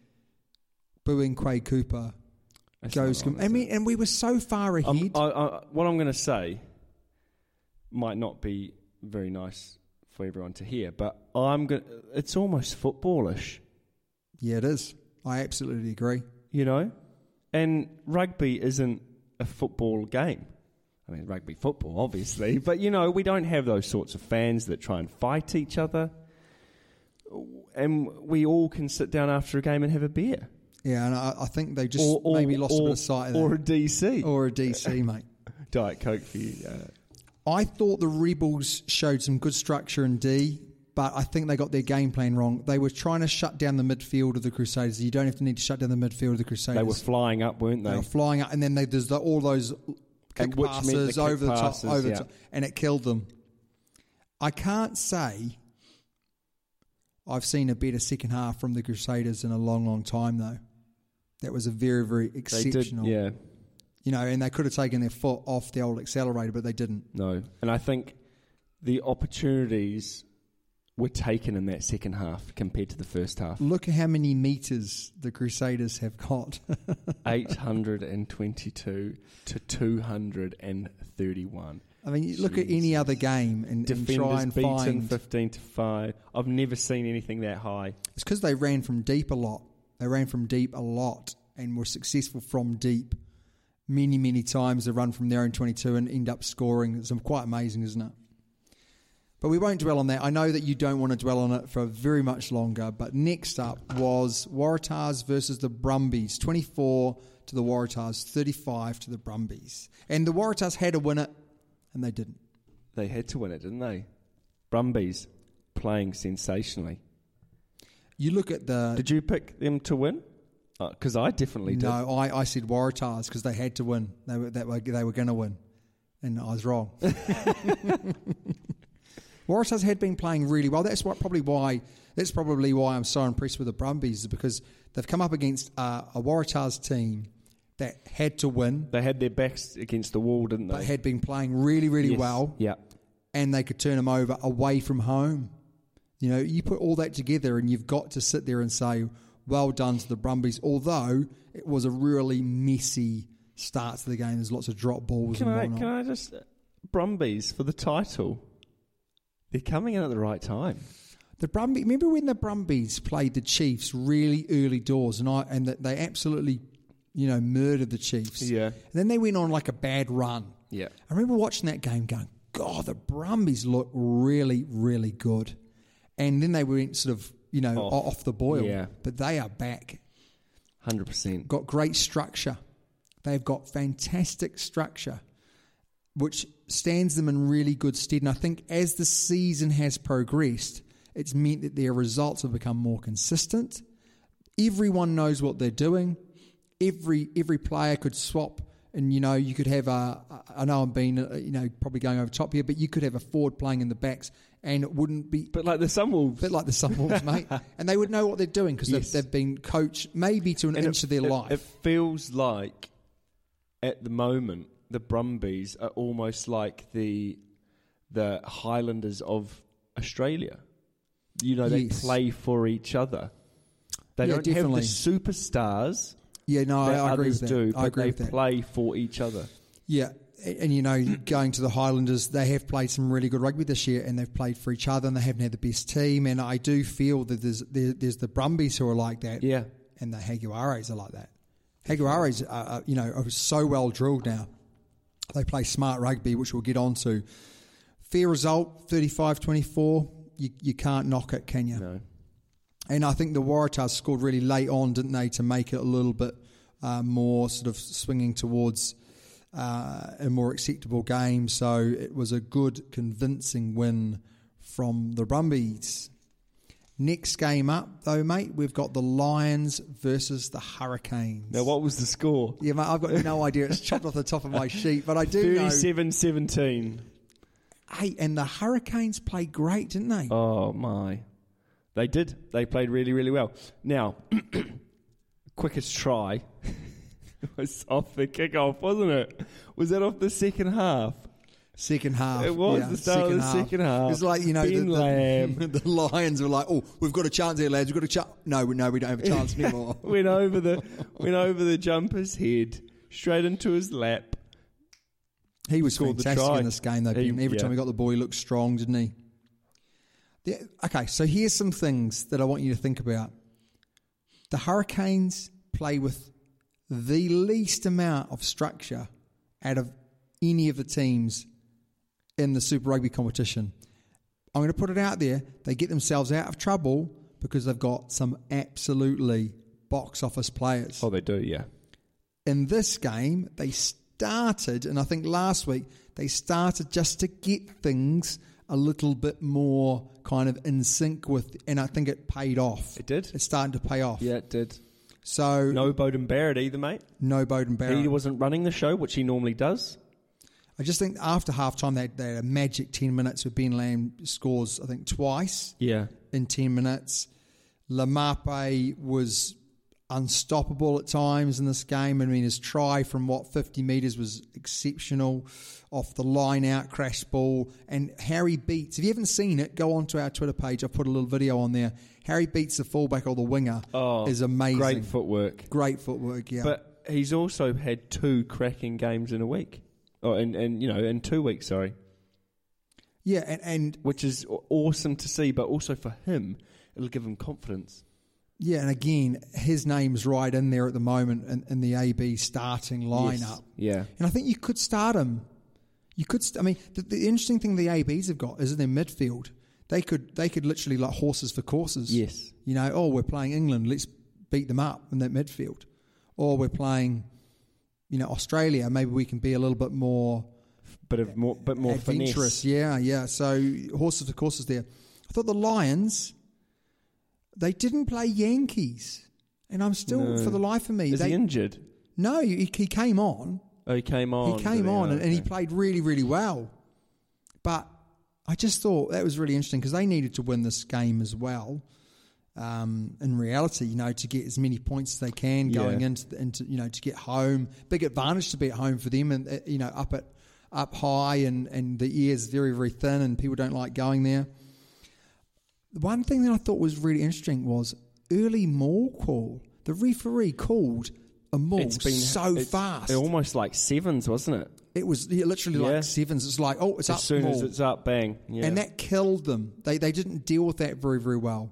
C: booing Quay Cooper goes.
D: not right,
C: I mean, and we were so far
D: Um,
C: ahead.
D: I, I, what I'm going to say might not be very nice for everyone to hear, but I'm going. It's almost footballish,
C: yeah, it is. I absolutely agree.
D: you know. And rugby isn't a football game. I mean, rugby football, obviously, but you know, we don't have those sorts of fans that try and fight each other. And we all can sit down after a game and have a beer,
C: Yeah, and I, I think they just maybe lost a bit of sight of that.
D: or a DC,
C: Or a DC, mate.
D: Diet Coke for you. Uh,
C: I thought the Rebels showed some good structure in D, but I think they got their game plan wrong. They were trying to shut down the midfield of the Crusaders. You don't have to need to shut down the midfield of the Crusaders.
D: they were flying up, weren't
C: they were flying out, and then they, there's the, all those kick
D: And which meant the
C: passes
D: kick
C: over the
D: passes,
C: top, over
D: yeah.
C: the top, and it killed them. I can't say I've seen a better second half from the Crusaders in a long, long time, though. That was a very, very
D: They did,
C: exceptional.
D: yeah.
C: You know, and they could have taken their foot off the old accelerator, but they didn't.
D: No. And I think the opportunities were taken in that second half compared to the first half.
C: Look at how many meters the Crusaders have got.
D: 822 to 231.
C: I mean, you look at any other game and, and try
D: Defenders
C: and
D: beaten
C: find
D: 15 to 5. I've never seen anything that high.
C: It's because they ran from deep a lot. They ran from deep a lot and were successful from deep many, many times. They run from their own 22 and end up scoring. It's quite amazing, isn't it? But we won't dwell on that. I know that you don't want to dwell on it for very much longer. But next up was Waratahs versus the Brumbies 24 to the Waratahs, 35 to the Brumbies. And the Waratahs had to win it, and they didn't.
D: They had to win it, didn't they? Brumbies playing sensationally.
C: You look at the.
D: Did you pick them to win? Because I definitely did.
C: No, I, I said Waratahs because they had to win. They were that were, they were going to win, and I was wrong. Waratahs had been playing really well. That's what probably why that's probably why I'm so impressed with the Brumbies is because they've come up against uh, a Waratahs team that had to win,
D: They had their backs against the wall, didn't
C: but
D: they?
C: had been playing really really
D: Yes.
C: well,
D: Yeah.
C: and they could turn them over away from home. You know, you put all that together, and you've got to sit there and say, "Well done to the Brumbies." Although it was a really messy start to the game. There's lots of drop balls
D: Can
C: and
D: I,
C: whatnot.
D: can I just uh, Brumbies for the title? They're coming in at the right time.
C: The Brumbies. Remember when the Brumbies played the Chiefs really early doors, and I and that they absolutely, you know, murdered the Chiefs.
D: Yeah.
C: And then they went on like a bad run.
D: Yeah.
C: I remember watching that game, going, "God, the Brumbies look really, really good." And then they went sort of, you know,
D: Off.
C: off, the boil.
D: Yeah.
C: But they are back.
D: Hundred percent.
C: Got great structure. They've got fantastic structure, which stands them in really good stead. And I think as the season has progressed, it's meant that their results have become more consistent. Everyone knows what they're doing. Every every player could swap, and you know you could have a. I know I'm being uh, you know probably going over top here, but you could have a forward playing in the backs, and it wouldn't be
D: But like the Sunwolves,
C: bit like the Sunwolves, mate. And they would know what they're doing because
D: Yes.
C: they've, they've been coached maybe to an
D: And
C: inch of their life.
D: It feels like at the moment the Brumbies are almost like the the Highlanders of Australia. You know, they
C: Yes.
D: play for each other. They
C: Yeah,
D: don't
C: definitely.
D: have the superstars
C: yeah, no,
D: that
C: I, I agree
D: others
C: with that.
D: do, but
C: I agree
D: they
C: with that.
D: play for each other.
C: Yeah, and you know, going to the Highlanders, they have played some really good rugby this year, and they've played for each other, and they haven't had the best team. And I do feel that there's there, there's the Brumbies who are like that,
D: Yeah.
C: and the Haguares are like that. Haguares, are, are, you know, are so well drilled now. They play smart rugby, which we'll get on to. Fair result, 35-24. You, you can't knock it, can you?
D: No.
C: And I think the Waratahs scored really late on, didn't they, to make it a little bit uh, more sort of swinging towards uh, a more acceptable game. So it was a good, convincing win from the Brumbies. Next game up, though, mate, we've got the Lions versus the Hurricanes.
D: Now, what was the score?
C: yeah, mate, I've got no idea. It's chopped off the top of my sheet, but I do know.
D: 37 17.
C: Hey, and the Hurricanes played great, didn't they?
D: Oh my. They did. They played really, really well. Now, quickest try was off the kickoff, wasn't it? Was that off the second half?
C: Second half.
D: It was the start of the second half.
C: It's like you know
D: Ben
C: the,
D: Lamb.
C: the, the Lions were like, "Oh, we've got a chance here, lads. We've got a chance." No, we- no, we don't have a chance anymore.
D: Went over the went over the jumper's head, straight into his lap.
C: he was
D: Scored the
C: fantastic
D: try.
C: in this game, though.
D: He-
C: Ben. Every
D: yeah.
C: time he got the ball, he looked strong, didn't he? The- okay, so here's some things that I want you to think about. The Hurricanes play with the least amount of structure out of any of the teams in the Super Rugby competition. I'm going to put it out there. They get themselves out of trouble because they've got some absolutely box office players.
D: Oh, they do, yeah.
C: In this game, they started, and I think last week, they started just to get things a little bit more kind of in sync with, and I think it paid off.
D: It did?
C: It's starting to pay off.
D: it did.
C: So, no,
D: No Bowden Barrett either, mate.
C: Bowden Barrett.
D: He wasn't running the show, which he normally does.
C: I just think after half time, they, they had a magic 10 minutes with Ben Lamb scores, I think, twice.
D: Yeah.
C: in 10 minutes. Lamape was unstoppable at times in this game. I mean, his try from what 50 metres was exceptional off the line out, crash ball. And Harry Beats, if you haven't seen it, go onto our Twitter page. I've put a little video on there. Harry Beats, the fullback or the winger, is amazing.
D: Oh, Great footwork.
C: Great footwork, yeah.
D: But he's also had two cracking games in a week. Oh, and, and you know, in two weeks, sorry.
C: yeah, and, and
D: which is aw- awesome to see, but also for him, it'll give him confidence.
C: yeah, and again, his name's right in there at the moment in, in the AB starting lineup.
D: Yeah.
C: And I think you could start him. You could. St- I mean, the, the interesting thing the ABs have got is in their midfield. They could they could literally like horses for courses.
D: Yes.
C: You know, oh, we're playing England. Let's beat them up in that midfield. Or we're playing, you know, Australia. Maybe we can be a little bit more
D: Bit of more, bit more
C: adventurous.
D: finesse.
C: Yeah, yeah. So horses for courses there. I thought the Lions. They didn't play Yankees, and I'm still
D: No.
C: for the life of me.
D: Is
C: they,
D: he injured?
C: no, he, he came on.
D: Oh, he came on.
C: He came
D: didn't
C: on and, and he
D: Okay.
C: played really, really well. But I just thought that was really interesting because they needed to win this game as well. Um, in reality, you know, to get as many points as they can
D: Yeah.
C: going into, the, into, you know, to get home. Big advantage to be at home for them, and uh, you know, up at up high, and and the air's very, very thin, and people don't like going there. The One thing that I thought was really interesting was early maul call. The referee called a maul
D: It's been
C: so
D: it's
C: fast.
D: Almost like sevens, wasn't it?
C: It was yeah, literally
D: Yeah.
C: like sevens. It's like, oh, it's up
D: as soon as
C: more.
D: it's up, bang. Yeah.
C: And that killed them. They they didn't deal with that very very well.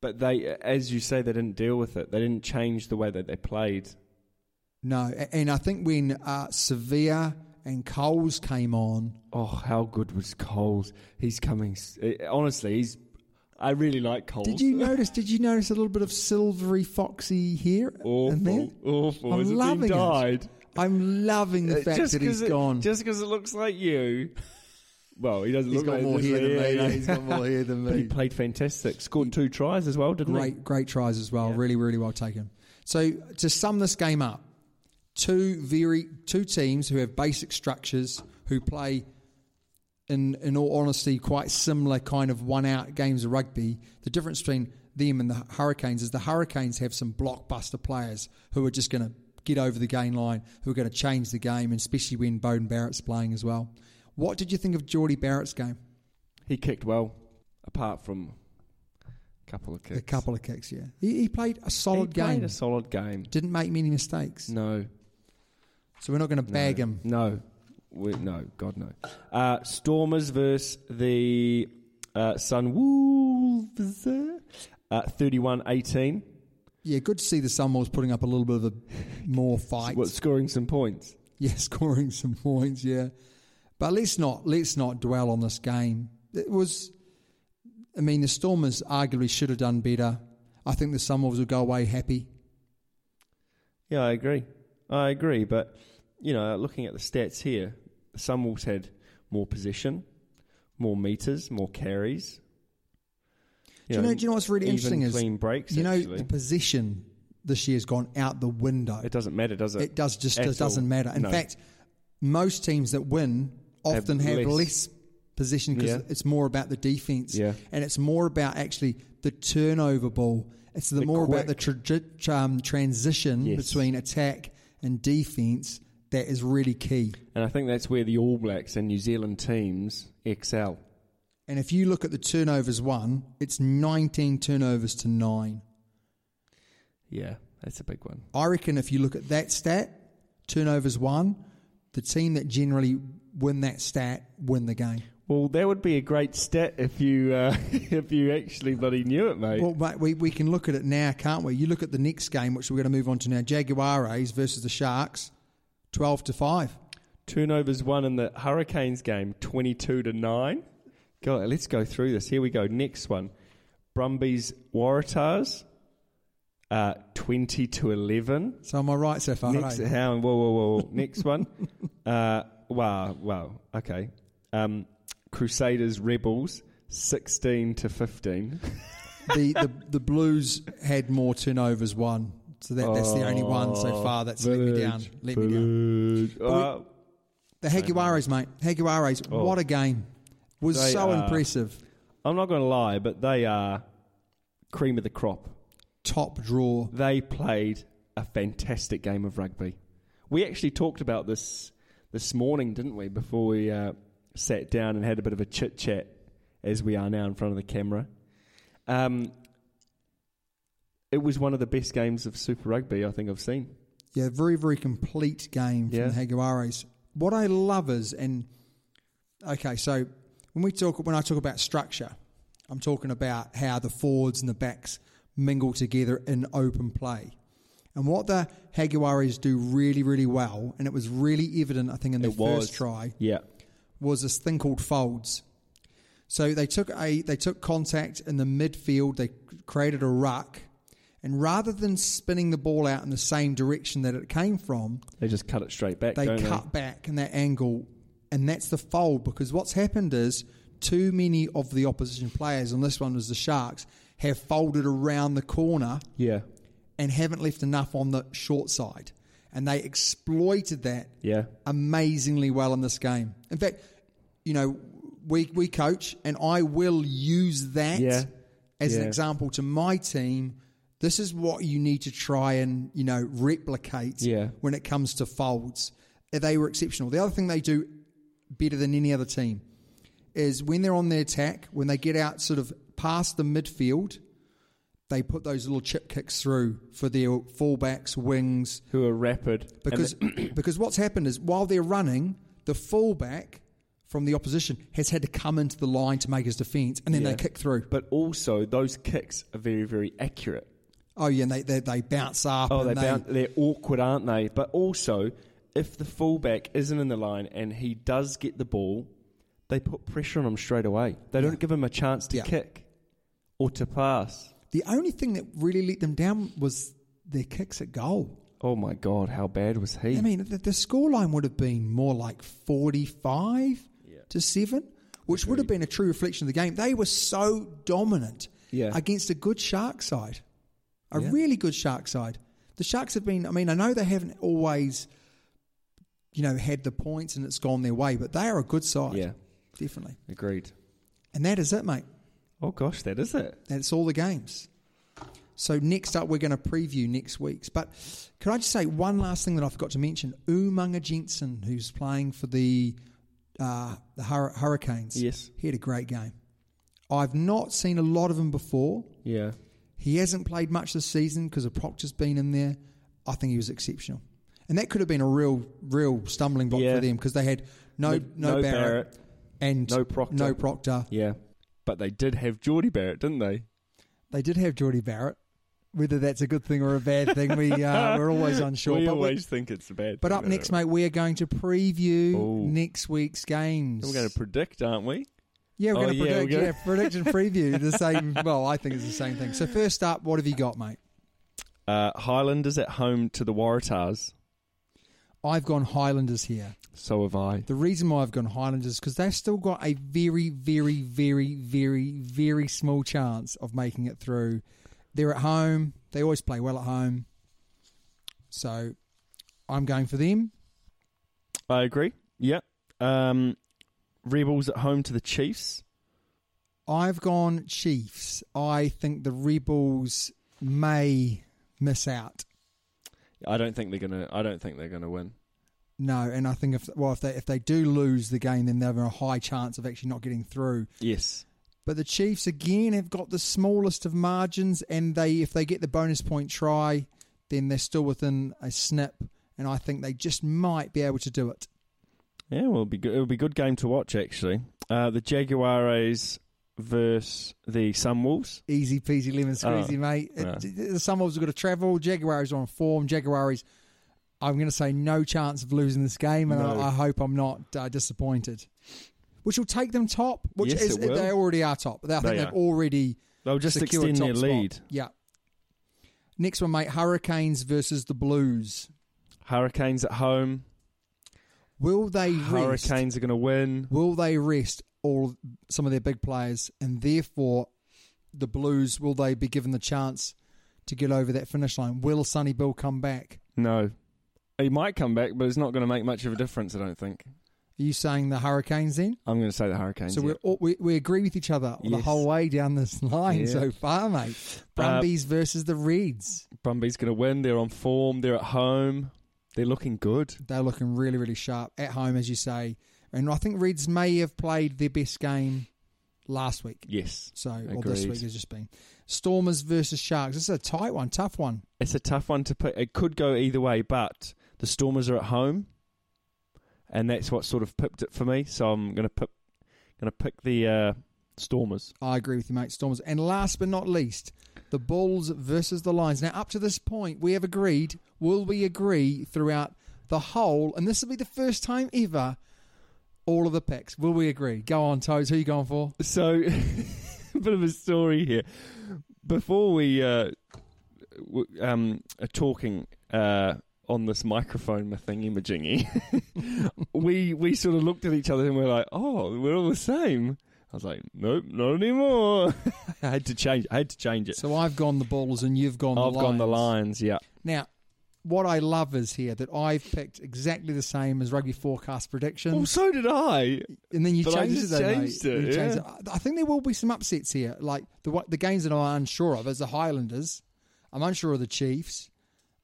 D: but they, as you say, they didn't deal with it. They didn't change the way that they played.
C: No, A- and I think when uh, Sevilla and Coles came on,
D: Oh, how good was Coles? He's coming. s- eh, Honestly, he's. I really like Coles.
C: did you notice? Did you notice a little bit of silvery foxy hair in there?
D: Awful, awful.
C: I'm
D: Has it been
C: loving
D: dyed?
C: I'm loving the
D: Uh,
C: fact that he's
D: 'cause it,
C: gone.
D: Just because it looks like you. Well, he doesn't
C: He's
D: look
C: got
D: like
C: more
D: this,
C: hair than
D: yeah,
C: me.
D: yeah.
C: eh? He's got more hair than me.
D: But he played fantastic. Scored two tries as well, didn't
C: great, great tries as well. Really, really well taken. So to sum this game up, two very two teams who have basic structures who play. In, in all honesty, quite similar kind of one out games of rugby. The difference between them and the Hurricanes is the Hurricanes have some blockbuster players who are just going to get over the game line, who are going to change the game, and especially when Bowden Barrett's playing as well. What did you think of Geordie Barrett's game?
D: he? He kicked well, apart from a couple of kicks.
C: A couple of kicks, yeah. He, he played a
D: He
C: solid
D: played
C: game.
D: a solid game.
C: Didn't make many mistakes.
D: No.
C: So we're not going to bag him.
D: No, we, no, God no. Uh, Stormers versus the uh, Sun Wolves, uh, thirty-one eighteen.
C: Yeah, good to see the Sunwolves putting up a little bit of a more fight.
D: What scoring some points?
C: Yeah, scoring some points. Yeah, but let's not let's not dwell on this game. It was, I mean, the Stormers arguably should have done better. I think the Sunwolves will go away happy.
D: Yeah, I agree. I agree, but you know, looking at the stats here, the Sunwolves had more possession, more meters, more carries.
C: Do you know? Do you know what's really
D: even
C: interesting is
D: clean breaks.
C: You know,
D: actually.
C: the position this year's gone out the window.
D: it doesn't matter, does it?
C: It does just
D: At
C: it doesn't
D: all.
C: matter. In
D: No.
C: fact, most teams that win often have,
D: Have
C: less.
D: less.
C: possession because
D: Yeah.
C: it's more about the defense,
D: Yeah.
C: and it's more about actually the turnover ball. It's the,
D: The
C: more about
D: quick-
C: the traje- tra- um, transition
D: Yes.
C: between attack and defense that is really key.
D: and I think that's where the All Blacks and New Zealand teams excel.
C: And if you look at the turnovers won, it's 19 turnovers to nine.
D: Yeah, that's a big one.
C: I reckon if you look at that stat, turnovers won, the team that generally win that stat win the game.
D: Well, that would be a great stat if you uh, if you actually bloody knew it, mate.
C: Well, mate, we, we can look at it now, can't we? You look at the next game, which we're going to move on to now Jaguares versus the Sharks, 12 to 5.
D: Turnovers won in the Hurricanes game, twenty-two to nine. Go, let's go through this. Here we go. Next one, Brumbies Waratahs, uh, twenty to eleven.
C: So am I right so far?
D: Next,
C: eh?
D: how? Whoa, whoa, whoa! whoa. Next one. Uh, wow, wow. Okay. Um, Crusaders Rebels, sixteen to fifteen.
C: the, the, the Blues had more turnovers won. So that, that's the only one
D: Oh,
C: so far that's let me down. Let me down.
D: Uh,
C: The Jaguares, mate. Jaguares, what a game. Was
D: Oh. They
C: so
D: are-
C: impressive.
D: I'm not going to lie, but they are cream of the crop.
C: Top draw.
D: They played a fantastic game of rugby. We actually talked about this this morning, didn't we? Before we uh, sat down and had a bit of a chit chat, as we are now in front of the camera. Um, it was one of the best games of Super Rugby I think I've seen.
C: Yeah, very, very complete game from
D: Yeah.
C: the Jaguares. What I love is, and okay, so when we talk, when I talk about structure, I'm talking about how the forwards and the backs mingle together in open play. And what the Jaguares do really, really well, and it was really evident, I think, in their
D: it was
C: first try,
D: Yeah,
C: was this thing called folds. So they took a they took contact in the midfield. They created a ruck, and rather than spinning the ball out in the same direction that it came from,
D: they just cut it straight back.
C: they
D: don't
C: cut back in that angle, and that's the fold. Because what's happened is too many of the opposition players, and this one was the Sharks, have folded around the corner
D: Yeah,
C: and haven't left enough on the short side, and they exploited that
D: yeah.
C: amazingly well in this game. In fact, you know, we we coach, and I will use that
D: Yeah.
C: as an
D: Yeah.
C: example to my team. This is what you need to try and you know replicate
D: Yeah.
C: when it comes to folds. They were exceptional. The other thing they do better than any other team is when they're on their attack, when they get out sort of past the midfield, they put those little chip kicks through for their fullbacks, wings,
D: Who are rapid and
C: because because what's happened is while they're running, the fullback from the opposition has had to come into the line to make his defence, and then they
D: Yeah.
C: kick through.
D: but also those kicks are very, very accurate.
C: Oh yeah, and they they, they bounce up.
D: Oh,
C: and
D: they bound, they're awkward, aren't they? But also, if the fullback isn't in the line and he does get the ball, they put pressure on him straight away. They don't give him a chance to
C: Yeah.
D: kick or to pass.
C: The only thing that really let them down was their kicks at goal.
D: Oh my God, how bad was he?
C: I mean, the, the scoreline would have been more like forty-five to seven, which would have been a true reflection of the game. They were so dominant
D: Yeah.
C: against a good shark side, a really good shark side. The sharks have been. I mean, I know they haven't always, you know, had the points and it's gone their way, but they are a good side.
D: Yeah.
C: definitely.
D: Agreed.
C: And that is it, mate.
D: Oh gosh, that is it.
C: That's all the games. So next up, we're going to preview next week's. But can I just say one last thing that I forgot to mention? Umunga Jensen, who's playing for the uh, the Hur- Hurricanes.
D: Yes.
C: he had a great game. I've not seen a lot of him before.
D: Yeah.
C: He hasn't played much this season because of Proctor's been in there. I think he was exceptional. and that could have been a real, real stumbling block
D: Yeah.
C: for them because they had no,
D: No-
C: no,
D: no
C: Barrett,
D: Barrett,
C: and
D: no Proctor.
C: no Proctor.
D: Yeah. But they did have Geordie Barrett, didn't they?
C: They did have Geordie Barrett. Whether that's a good thing or a bad thing, we uh, we're always unsure.
D: we
C: but, we-
D: always think it's a bad
C: but
D: thing,
C: up
D: though.
C: next, mate, we are going to preview
D: Ooh.
C: next week's games.
D: We're going to predict, aren't we?
C: yeah, we're
D: oh,
C: going to
D: yeah,
C: predict,
D: we're
C: yeah,
D: gonna-
C: predict and preview the same. Well, I think it's the same thing. So first up, what have you got, mate?
D: Uh, Highlanders at home to the Waratahs.
C: I've gone Highlanders here.
D: So have I.
C: The reason why I've gone Highlanders is because they've still got a very, very, very, very, very small chance of making it through. They're at home. They always play well at home. So I'm going for them.
D: I agree. Yeah. Um, Rebels at home to the Chiefs.
C: I've gone Chiefs. I think the Rebels may miss out.
D: I don't think they're gonna. I don't think they're gonna win.
C: No, and I think if well if they if they do lose the game, then they have a high chance of actually not getting through.
D: Yes.
C: But the Chiefs again have got the smallest of margins, and they if they get the bonus point try, then they're still within a snip, and I think they just might be able to do it.
D: Yeah. Well, it'll be good. It'll be a good game to watch actually. Uh, the Jaguares versus the Sunwolves.
C: Easy peasy lemon squeezy,
D: Oh,
C: mate.
D: yeah.
C: It, the Sunwolves have got to travel. Jaguars are on form. Jaguars, I'm going to say no chance of losing this game, and
D: No.
C: I, I hope I'm not uh, disappointed. Which will take them top. Which
D: Yes,
C: is
D: it will.
C: they already are top. I think
D: They
C: they have
D: are.
C: already
D: They'll just
C: secured
D: extend
C: top
D: their
C: spot.
D: lead.
C: Yeah. Next one, mate. Hurricanes versus the Blues.
D: Hurricanes at home.
C: Will they rest?
D: Hurricanes are going to win.
C: Will they rest all some of their big players, and therefore the Blues will they be given the chance to get over that finish line? Will Sonny Bill come back?
D: No. He might come back, but it's not going to make much of a difference, I don't think.
C: Are you saying the Hurricanes then?
D: I'm going to say the Hurricanes.
C: So
D: yeah.
C: we're all, we we agree with each other the
D: Yes.
C: whole way down this line
D: Yeah. Uh,
C: so far, mate. Brumbies versus the Reds.
D: Brumbies going to win. They're on form. They're at home. They're looking good.
C: They're looking really really sharp at home, as you say, and I think Reds may have played their best game last week.
D: Yes.
C: So, or this
D: Agreed.
C: week has just been Stormers versus Sharks. This is a tight one, tough one.
D: It's a tough one to pick. It could go either way, but the Stormers are at home, and that's what sort of pipped it for me. So I'm going to pick, going to pick the uh, Stormers.
C: I agree with you, mate. Stormers. And last but not least, the Bulls versus the Lions. Now, up to this point, we have agreed, will we agree throughout the whole, and this will be the first time ever, all of the picks. Will we agree? Go on, Toes. Who you going for?
D: So, a bit of a story here. Before we uh, w- um, are talking uh, on this microphone, my thingy, my jingy, we we sort of looked at each other and we're like, "Oh, we're all the same." I was like, "Nope, not anymore." I had to change. I had to change it.
C: So I've gone the Bulls and you've gone
D: I've
C: the Lions.
D: gone the Lions. Yeah,
C: Now, what I love is here that I've picked exactly the same as Rugby Forecast predictions.
D: well, so did I.
C: And then you
D: But I
C: changed
D: just
C: it. though, mate.
D: changed it,
C: You changed
D: yeah.
C: it. I I think there will be some upsets here. Like the wa- the games that I'm unsure of is the Highlanders. I'm unsure of the Chiefs.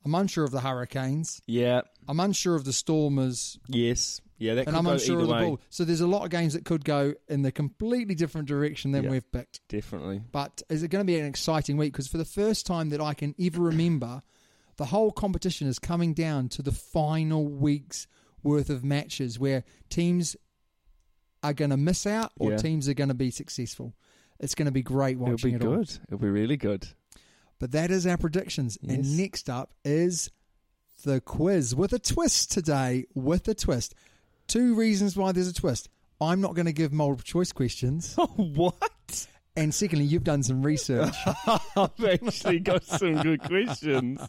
C: I'm unsure of the Hurricanes.
D: Yeah.
C: I'm unsure of the Stormers,
D: Yes. Yeah. That
C: and
D: could
C: I'm
D: go
C: unsure
D: either
C: of the
D: way.
C: Bulls. So there's a lot of games that could go in the completely different direction than
D: Yeah.
C: we've picked.
D: Definitely.
C: But is it going to be an exciting week? Because for the first time that I can ever remember, the whole competition is coming down to the final week's worth of matches where teams are going to miss out or
D: Yeah.
C: teams are going to be successful. It's going to be great
D: It'll
C: watching
D: be
C: it all.
D: good. It'll be really good.
C: But that is our predictions.
D: Yes.
C: And next up is the quiz with a twist today. With a twist. Two reasons why there's a twist. I'm not going to give multiple choice questions.
D: Oh, what?
C: And secondly, you've done some research.
D: I've actually got some good questions.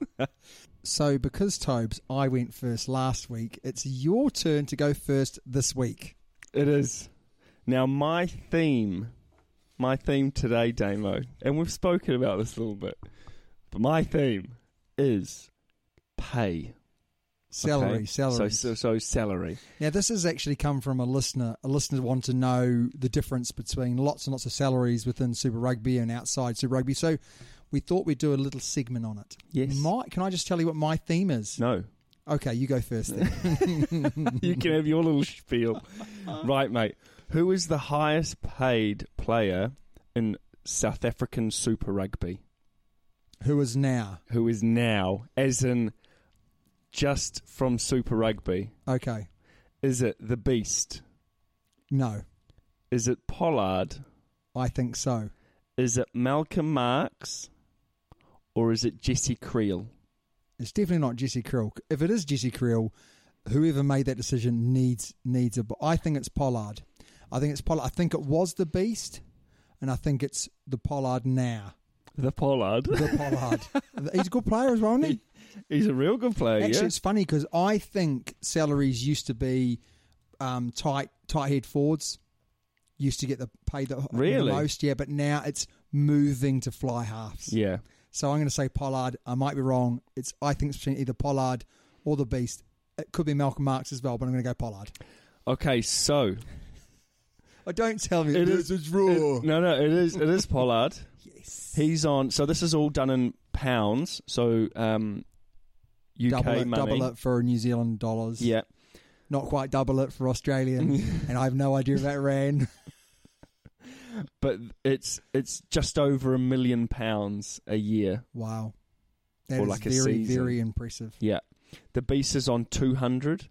C: So, because Tobes, I went first last week, it's your turn to go first this week.
D: It is. Now, my theme, my theme today, Damo, and we've spoken about this a little bit, but my theme is pay.
C: Salary,
D: okay? So,
C: salary.
D: so, so salary.
C: now, this has actually come from a listener. A listener wanted to know the difference between lots and lots of salaries within Super Rugby and outside Super Rugby. So, we thought we'd do a little segment on it.
D: Yes.
C: My, can I just tell you what my theme is?
D: No,
C: Okay, you go first then.
D: you can have your little spiel. right, mate. Who is the highest paid player in South African Super Rugby?
C: Who is now?
D: Who is now, as in just from Super Rugby?
C: Okay.
D: Is it the Beast?
C: No,
D: Is it Pollard?
C: I think so.
D: Is it Malcolm Marks? Or is it Jesse Creel?
C: It's definitely not Jesse Krill. If it is Jesse Krill, whoever made that decision needs needs a. I think it's Pollard. I think it's Pollard. I think it was the Beast, and I think it's the Pollard now.
D: The Pollard.
C: The Pollard. He's a good player as well, isn't he?
D: He's a real good player,
C: Actually,
D: Oh, yeah.
C: it's funny because I think salaries used to be um, tight, tight head forwards used to get the pay the,
D: Really?
C: the most, yeah. But now it's moving to fly halves.
D: Yeah.
C: So I'm going to say Pollard. I might be wrong. It's I think it's between either Pollard or the Beast. It could be Malcolm Marks as well, but I'm going to go Pollard.
D: Okay, so
C: Oh, don't tell me
D: It
C: this
D: is-
C: is raw.
D: no, no, it is it is Pollard. yes, he's on. So this is all done in pounds. So um, UK
C: double it,
D: money.
C: double it for New Zealand dollars.
D: Yeah,
C: not quite double it for Australian, and I have no idea about Rand.
D: but it's it's just over a million pounds a year.
C: Wow, that is
D: Or like a
C: very
D: season.
C: very impressive.
D: Yeah, the beast is on two hundred.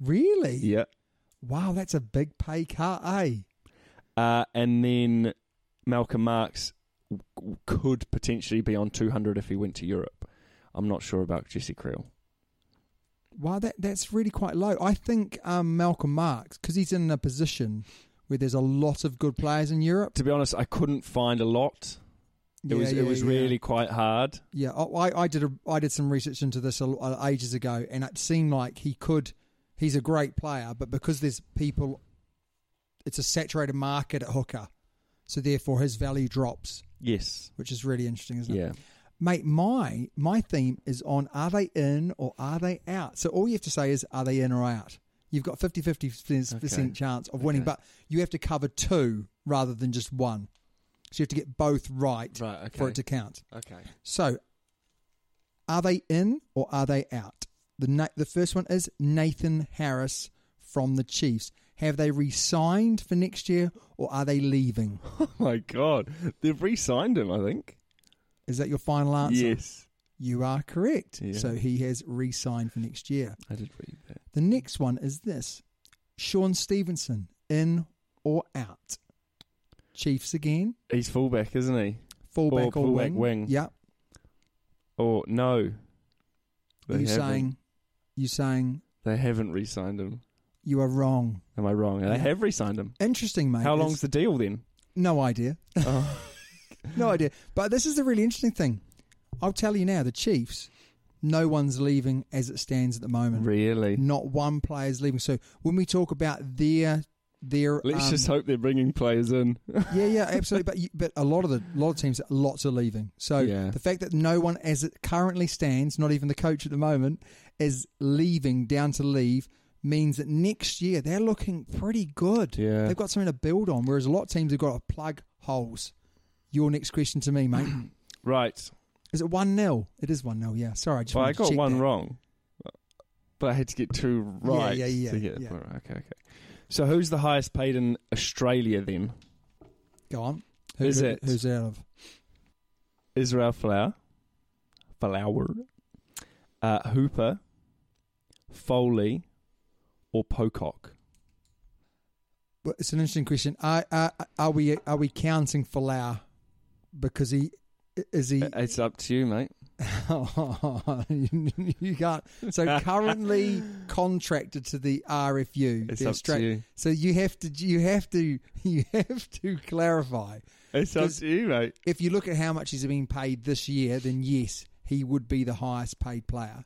C: Really?
D: Yeah,
C: Wow, that's a big pay cut, eh?
D: uh, and then Malcolm Marks w- w- could potentially be on two hundred if he went to Europe. I'm not sure about Jesse Creel.
C: Wow, that that's really quite low. I think um, Malcolm Marks because he's in a position where there's a lot of good players in Europe.
D: To be honest, I couldn't find a lot. It
C: Yeah,
D: was
C: yeah,
D: it was
C: yeah.
D: really quite hard.
C: yeah. I, I- I did a, I did some research into this a, a- ages ago, and it seemed like he could. He's a great player, but because there's people, it's a saturated market at hooker, so therefore his value drops,
D: Yes.
C: which is really interesting, isn't it?
D: Yeah.
C: Mate, my my theme is on are they in or are they out? So all you have to say is are they in or out? You've got 50 50
D: Okay.
C: percent chance of winning,
D: Okay.
C: but you have to cover two rather than just one. So you have to get both right,
D: Right, okay.
C: for it to count.
D: Okay.
C: So are they in or are they out? The na- the first one is Nathan Harris from the Chiefs. Have they re-signed for next year or are they leaving?
D: Oh my god. They've re signed him, I think.
C: Is that your final answer?
D: Yes.
C: You are correct.
D: Yeah.
C: So he has re signed for next year.
D: I did read that.
C: The next one is this Sean Stevenson, in or out? Chiefs again,
D: He's fullback, isn't he?
C: fullback or,
D: Or fullback
C: wing.
D: wing.
C: Yep.
D: Or no.
C: you
D: haven't.
C: saying you saying
D: they haven't re signed him.
C: you are wrong.
D: Am I wrong? They
C: Yeah.
D: have re signed him.
C: Interesting, mate.
D: How
C: is-
D: long's the deal then?
C: No idea.
D: Oh.
C: no idea. But this is the really interesting thing. I'll tell you now, the Chiefs, no one's leaving as it stands at the moment.
D: Really?
C: Not one player's leaving. So when we talk about their their
D: Let's
C: um,
D: just hope they're bringing players in.
C: Yeah, yeah, absolutely. But you, but a lot of the lot of teams, lots are leaving. So
D: Yeah.
C: the fact that no one, as it currently stands, not even the coach at the moment, is leaving down to leave means that next year they're looking pretty good.
D: Yeah.
C: they've got something to build on. Whereas a lot of teams have got to plug holes. Your next question to me, mate,
D: right.
C: is it one 0 It is one 0 Yeah, sorry, I just
D: Well, I
C: wanted to
D: got
C: check
D: one
C: that.
D: wrong. But I had to get two right.
C: yeah, yeah,
D: to get-
C: yeah.
D: Okay, okay. So who's the highest paid in Australia then?
C: Go on.
D: Is it?
C: Who's out of?
D: Israel Flower, Flower, uh, Hooper, Foley, or Pocock?
C: Well, it's an interesting question. Are, are, are we are we counting Falau because he is he?
D: It's up to you, mate.
C: you you can't. So currently contracted to the RFU,
D: It's
C: the
D: up to you.
C: So you have to you have to you have to clarify.
D: It's
C: up to
D: you, mate.
C: If you look at how much he's been paid this year, then yes, he would be the highest paid player.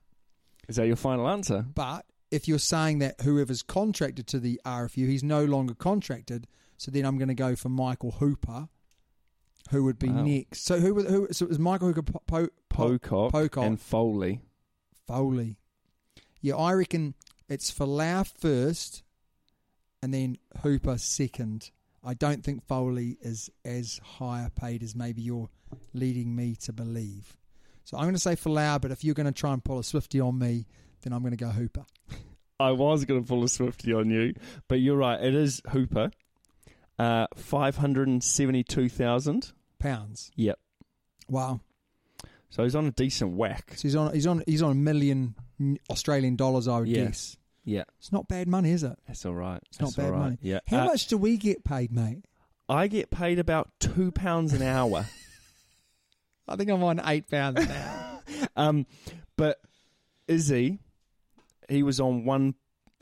D: Is that your final answer?
C: But if you're saying that whoever's contracted to the RFU, he's no longer contracted, so then I'm going to go for Michael Hooper, who would be
D: Wow.
C: next. So who? was- Who? So it was Michael Hooper, po, po, Po-
D: Pocock,
C: Pocock.
D: and Foley.
C: Foley. Yeah, I reckon it's Falau first and then Hooper second. I don't think Foley is as higher paid as maybe you're leading me to believe. So I'm going to say Falau, but if you're going to try and pull a Swifty on me, then I'm going to go Hooper.
D: I was going to pull a Swifty on you, but you're right. It is Hooper. Uh, 572,000.
C: Pounds.
D: Yep.
C: Wow.
D: So he's on a decent whack.
C: So he's on he's on he's on a million n- Australian dollars, I would
D: Yeah.
C: guess.
D: Yeah,
C: It's not bad money, is it?
D: that's all right.
C: It's not
D: That's all
C: bad
D: right.
C: money.
D: Yeah.
C: How
D: Uh,
C: much do we get paid, mate?
D: I get paid about two pounds an hour.
C: I think I'm on eight pounds an hour.
D: um, but Izzy, he was on one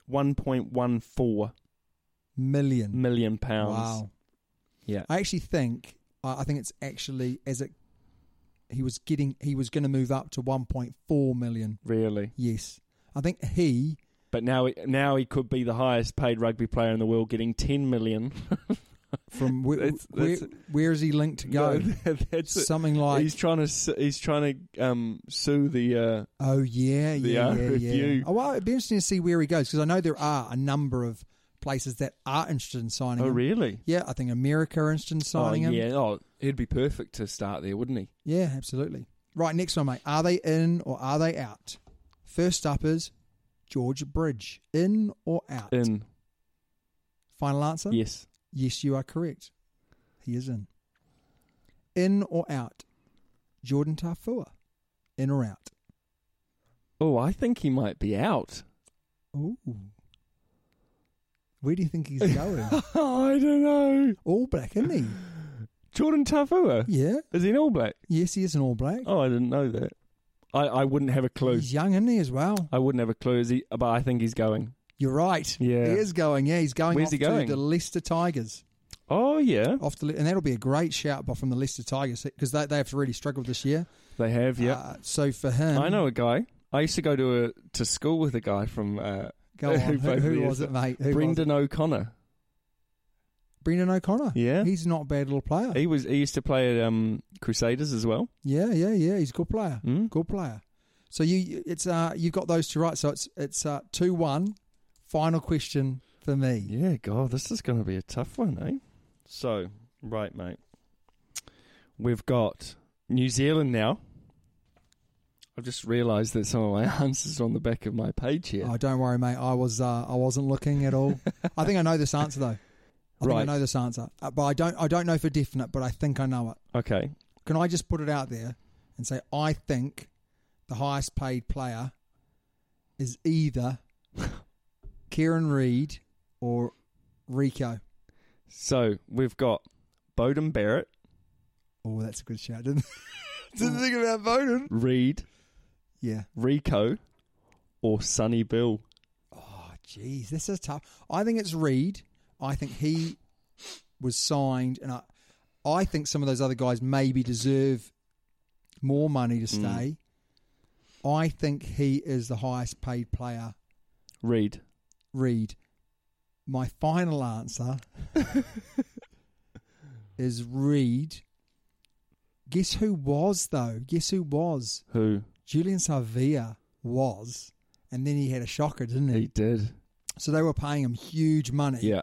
D: one point one four
C: Million.
D: million pounds.
C: Wow.
D: Yeah.
C: I actually think I I think it's actually as it he was getting he was going to move up to 1.4 million.
D: Really.
C: Yes, I think he
D: But now, he- now he could be the highest paid rugby player in the world, getting ten million.
C: from where,
D: That's-
C: where,
D: that's-
C: where is he linked to
D: No,
C: go?
D: that- that's it.
C: Something like
D: he's trying to su- he's trying to um, sue the uh,
C: oh yeah
D: the
C: yeah yeah, yeah.
D: RFU.
C: Oh, well, it'd be interesting to see where he goes because I know there are a number of places that are interested in signing.
D: oh
C: him.
D: really
C: Yeah, I think America are interested in signing
D: oh
C: him.
D: yeah oh he'd be perfect to start there wouldn't he
C: Yeah, absolutely. Right, next one, mate. Are they in or are they out? First up is George Bridge. In or out?
D: in
C: Final answer?
D: yes
C: Yes, you are correct. He is in. In or out? Jordan Tafua. In or out?
D: oh I think he might be out
C: Ooh. Where do you think he's going?
D: I don't know
C: all black, isn't he?
D: Jordan Tafua
C: Yeah.
D: is he an All Black
C: Yes, he is an all black.
D: oh I didn't know that I I wouldn't have a clue
C: He's young, isn't he, as well?
D: I wouldn't have a clue is he but I think he's going
C: You're right.
D: Yeah.
C: He is going. Yeah, he's going
D: Where's
C: off
D: he going?
C: to the Leicester Tigers.
D: oh yeah
C: off the, and that'll be a great shout by from the Leicester Tigers because they, they have really struggled this year.
D: they have yeah
C: Uh, so for him,
D: I know a guy I used to go to a to school with a guy from uh,
C: Go on, who,
D: played for
C: who
D: the
C: was it,
D: SA.
C: mate? Who was
D: Brendan
C: it?
D: O'Connor
C: Brendan O'Connor.
D: Yeah.
C: he's not a bad little player.
D: He was. He used to play at um, Crusaders as well.
C: yeah, yeah, yeah. He's a good player.
D: Mm.
C: Good player. So you, it's uh, you've got those two right. So it's it's uh, two one. Final question for me.
D: Yeah, God, this is going to be a tough one, eh? So, right, mate. We've got New Zealand now. I've just realised that some of my answers are on the back of my page here.
C: Oh, don't worry, mate. I was uh, I wasn't looking at all. I think I know this answer though. I think I
D: Right.
C: know this answer, uh, but I don't I don't know for definite. But I think I know it.
D: okay.
C: can I just put it out there and say I think the highest paid player is either Kieran Reid or Rico.
D: So we've got Bowden Barrett,
C: Oh, that's a good shout, didn't
D: Didn't think about Bowden, Reed,
C: Yeah.
D: Rico, or Sonny Bill.
C: Oh, jeez, this is tough. I think it's Reid. I think he was signed, and I, I think some of those other guys maybe deserve more money to stay. I think he is the highest paid player
D: Reed.
C: Read My final answer is Reed. Guess who was though? Guess who was?
D: Who
C: Julian Savia was, and then he had a shocker, didn't he?
D: he did.
C: So they were paying him huge money.
D: Yeah.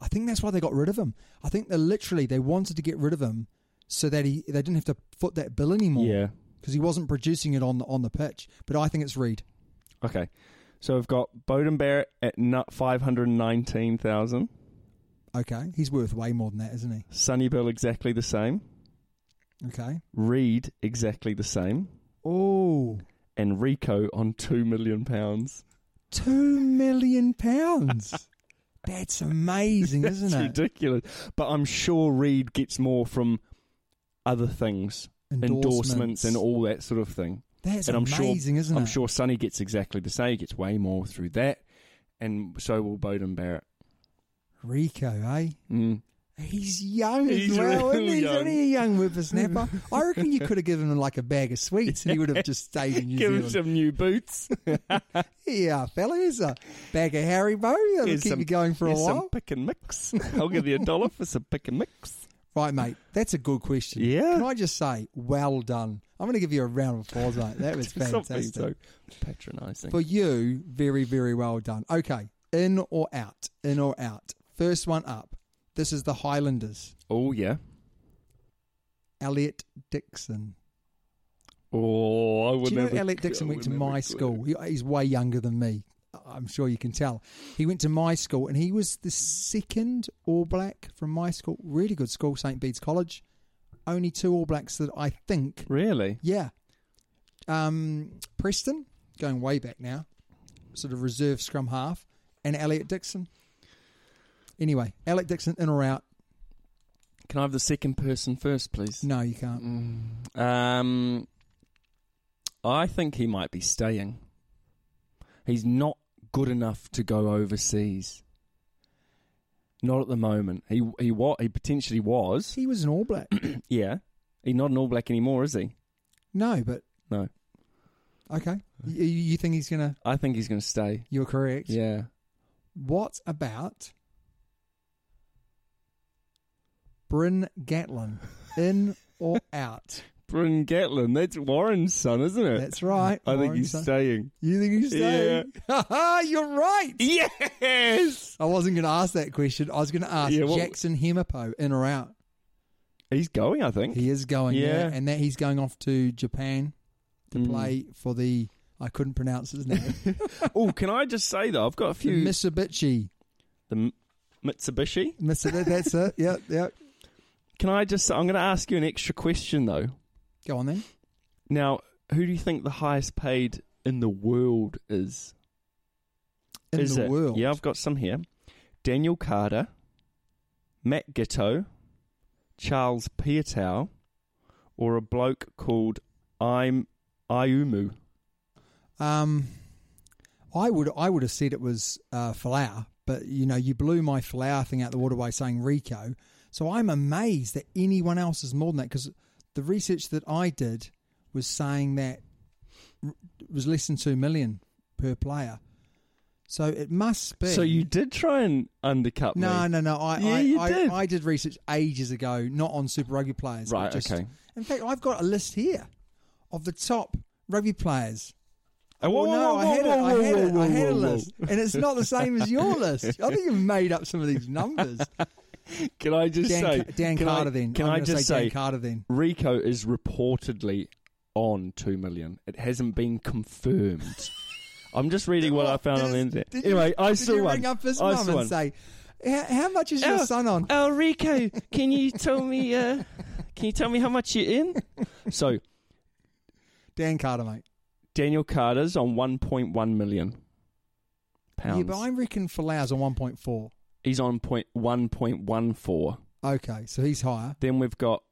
C: I think that's why they got rid of him. I think they literally they wanted to get rid of him so that he they didn't have to foot that bill anymore.
D: Yeah.
C: because he wasn't producing it on the on the pitch. But I think it's Reed.
D: Okay. So we've got Bowden Barrett at nut 519,000.
C: Okay, he's worth way more than that, isn't he?
D: Sunny Bill exactly the same.
C: Okay.
D: Reed exactly the same.
C: Oh.
D: And Rico on 2 million pounds.
C: Two million pounds. That's amazing, isn't
D: It's
C: it?
D: ridiculous. But I'm sure Reed gets more from other things. Endorsements and all that sort of thing.
C: That's
D: and I'm
C: amazing,
D: sure,
C: isn't
D: I'm
C: it?
D: sure Sonny gets exactly the same. He gets way more through that. And so will Bowden Barrett.
C: Rico, eh?
D: Mm.
C: He's young as
D: He's
C: well,
D: really
C: isn't he? He's
D: young.
C: only a young whippersnapper. I reckon you could have given him like a bag of sweets and he would have just stayed in New
D: Give him
C: Zealand.
D: some new boots.
C: yeah, fella, here's a bag of Harry Bow. That'll
D: Here's
C: keep
D: some-
C: you going for a
D: here's
C: while.
D: Some pick and mix. I'll give you a dollar for some pick and mix.
C: Right, mate. That's a good question.
D: Yeah.
C: Can I just say, well done. I'm going to give you a round of applause, mate. That was
D: Something
C: fantastic.
D: so patronising.
C: For you, very, very well done. Okay, in or out? In or out? First one up. This is the Highlanders.
D: Oh yeah.
C: Elliot Dixon.
D: Oh, I would
C: Do you know
D: never.
C: Elliot Dixon went to my school? He- he's way younger than me. I'm sure you can tell. He went to my school and he was the second All Black from my school. Really good school, St. Bede's College. Only two All Blacks that I think.
D: Really?
C: Yeah. Um, Preston going way back now, sort of reserve scrum half, and Elliot Dixon. Anyway, Alec Dixon in or out?
D: Can I have the second person first, please?
C: No, you can't.
D: Mm. Um, I think he might be staying. He's not good enough to go overseas. Not at the moment. He he what he potentially was.
C: He was an All Black.
D: Yeah, he's not an All Black anymore, is he?
C: no, but
D: No,
C: okay. You, you think he's gonna?
D: I think he's going to stay.
C: You're correct.
D: Yeah,
C: What about Bryn Gatlin? In or out?
D: Bryn Gatlin. That's Warren's son, isn't it?
C: That's right.
D: I think
C: Warren
D: he's
C: Sun-
D: staying.
C: You think he's staying? You're right.
D: Yes,
C: I wasn't going to ask that question. I was going to ask
D: Yeah, what-
C: Jackson Hemipo in or out.
D: he's going. I think.
C: He is going, yeah.
D: Yeah.
C: and that he's going off to Japan to
D: Mm.
C: play for the I couldn't pronounce his name,
D: oh, can I just say though, I've got a
C: the
D: few
C: Mitsubishi.
D: the M- Mitsubishi.
C: Mitsubishi, that's it. Yep, yep.
D: Can I just? I'm going to ask you an extra question though.
C: Go on then.
D: Now, who do you think the highest paid in the world is?
C: In
D: is
C: the
D: it-
C: world,
D: Yeah, I've got some here. Daniel Carter, Matt Gitto, Charles Piatow, or a bloke called I'm Iumu.
C: Um, I would I would have said it was uh, Falau, but you know you blew my Falau thing out the water by saying Rico. So I'm amazed that anyone else is more than that because the research that I did was saying that r- it was less than two million per player. So it must be.
D: So you did try and undercut me.
C: No, no, no. I,
D: Yeah,
C: I,
D: you
C: I,
D: did.
C: I did research ages ago, not on Super Rugby players. but
D: Right,
C: just-
D: okay.
C: In fact, I've got a list here of the top rugby players.
D: Oh, whoa,
C: Well,
D: whoa,
C: no,
D: whoa,
C: I had
D: whoa,
C: it. I had
D: whoa,
C: it.
D: whoa,
C: I had a
D: whoa, whoa.
C: list, and it's not the same as your list. I think you've made up some of these numbers.
D: Can I just
C: Dan,
D: say
C: Ca- Dan
D: can I-
C: Carter. then
D: Can
C: I'm
D: I
C: gonna
D: just
C: say,
D: say
C: Dan Carter? Then
D: Rico is reportedly on two million. It hasn't been confirmed. I'm just reading what I found on the internet.
C: Did you-
D: anyway, I
C: did
D: saw
C: you
D: one.
C: Ring up his
D: I
C: mum
D: saw
C: and
D: one.
C: say, "How, how much is your
D: Oh,
C: son on?"
D: Oh, Rico, can you tell me? Uh, can you tell me how much you're in? So
C: Dan Carter, mate.
D: Daniel Carter's on 1.1 million pounds.
C: Yeah, but I reckon Falau's on one point four.
D: He's on point 1.14.
C: Okay, so he's higher.
D: Then we've got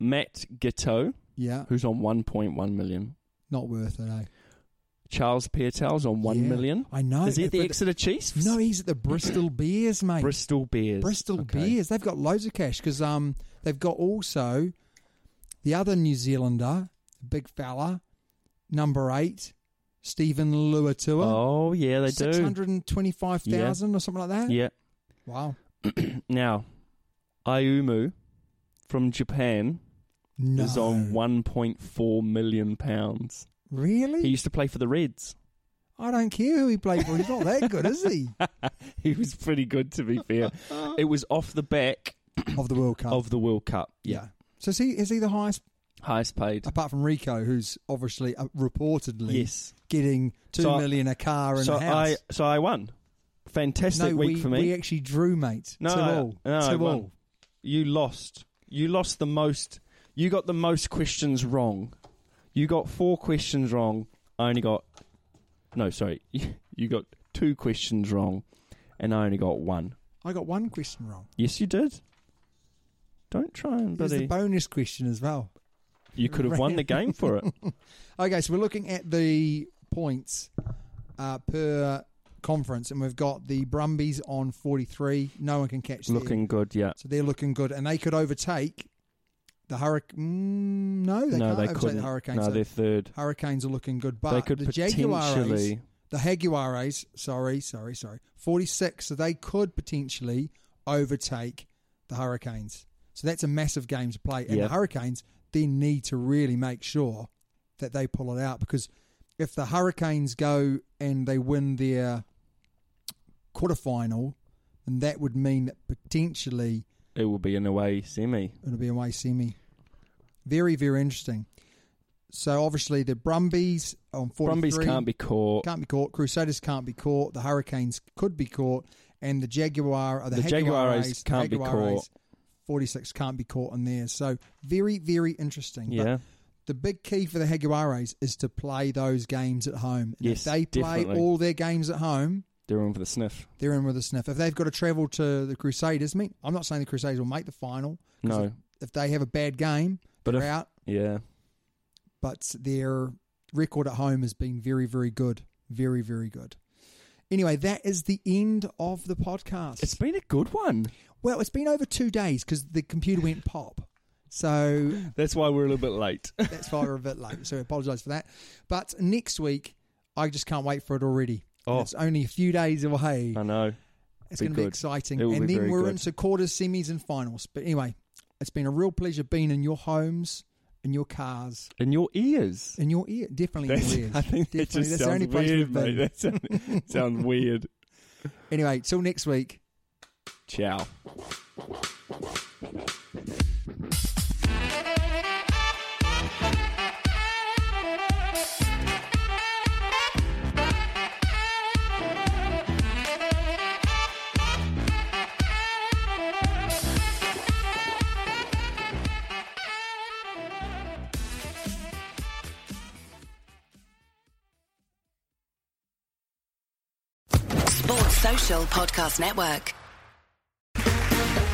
D: Matt Gitto,
C: Yeah,
D: who's on 1.1 million.
C: not worth it, eh?
D: Charles Piertel's on one
C: Yeah,
D: million.
C: I know.
D: Is he at the
C: But-
D: Exeter Chiefs?
C: No, he's at the Bristol Bears, mate.
D: Bristol Bears.
C: Bristol
D: Okay.
C: Bears. They've got loads of cash because um they've got also the other New Zealander, the big fella, number eight, Stephen Luatua.
D: Oh yeah, they
C: six
D: do.
C: hundred and twenty-five thousand or something like that.
D: Yeah.
C: Wow.
D: Now, Ayumu from Japan
C: No.
D: is on 1.4 million pounds.
C: Really?
D: He used to play for the Reds.
C: I don't care who he played for. He's not that good, is he?
D: He was pretty good, to be fair. it was off the back
C: Of the World Cup.
D: of the World Cup.
C: Oh. yeah. So is he is he the highest
D: highest paid.
C: apart from Rico, who's obviously uh, reportedly
D: Yes.
C: getting two
D: So
C: million
D: I-
C: a car and
D: So
C: a house?
D: I so I won. Fantastic
C: no,
D: week
C: we,
D: for me.
C: we actually drew, mate.
D: No,
C: two
D: I-
C: all.
D: no, I
C: two
D: won.
C: all.
D: you lost. You lost the most. You got the most questions wrong. You got four questions wrong. I only got. No, sorry. You got two questions wrong, and I only got one.
C: I got one question wrong.
D: Yes, you did. Don't try and
C: It was the
D: bloody.
C: bonus question as well.
D: You could have won the game for it.
C: Okay, so we're looking at the points uh, per conference, and we've got the Brumbies on 43. No one can catch them.
D: Looking good, yeah.
C: So they're looking good, and they could overtake the Hurricane. Mm, no, they
D: no,
C: can't
D: they
C: overtake
D: couldn't.
C: the Hurricanes.
D: no,
C: so
D: they're third.
C: Hurricanes are looking good, but
D: They could
C: the Jaguares,
D: potentially.
C: the Jaguares, sorry, sorry, sorry, 46, so they could potentially overtake the Hurricanes. So that's a massive game to play. And
D: Yeah.
C: the Hurricanes, they need to really make sure that they pull it out because if the Hurricanes go and they win their quarterfinal, then that would mean that potentially
D: It will be an away semi.
C: It'll be away semi. Very, very interesting. So obviously the Brumbies on 43.
D: Brumbies can't be caught.
C: Can't be caught. Crusaders can't be caught. The Hurricanes could be caught. And the Jaguar, or the,
D: The Jaguares can't be
C: Jaguares
D: caught.
C: 46 can't be caught in there. So very, very interesting. But
D: Yeah.
C: the big key for the Jaguares is to play those games at home. And
D: Yes,
C: if they play
D: definitely.
C: all their games at home,
D: They're on for the sniff.
C: they're in with a sniff. If they've got to travel to the Crusaders, I mean, I'm not saying the Crusaders will make the final. 'cause
D: No.
C: If, if they have a bad game,
D: But
C: they're
D: if-
C: out.
D: Yeah.
C: But their record at home has been very, very good. Very, very good. Anyway, that is the end of the podcast.
D: It's been a good one.
C: well, it's been over two days because the computer went pop. So
D: That's why we're a little bit late.
C: that's why we're a bit late. So I apologise for that. But next week, I just can't wait for it already.
D: Oh.
C: It's only a few days away.
D: I know.
C: It's
D: be
C: going to be
D: good.
C: exciting.
D: It will
C: and
D: be
C: then
D: very
C: we're
D: good.
C: into quarters, semis, and finals. But anyway, it's been a real pleasure being in your homes, in your cars,
D: In your ears.
C: in your ear. Definitely in your ears.
D: I think that
C: Definitely. That's
D: just sounds
C: the only place
D: weird,
C: we've been.
D: mate. That sound- sounds weird.
C: Anyway, till next week.
D: Ciao.
E: Sports Social Podcast Network.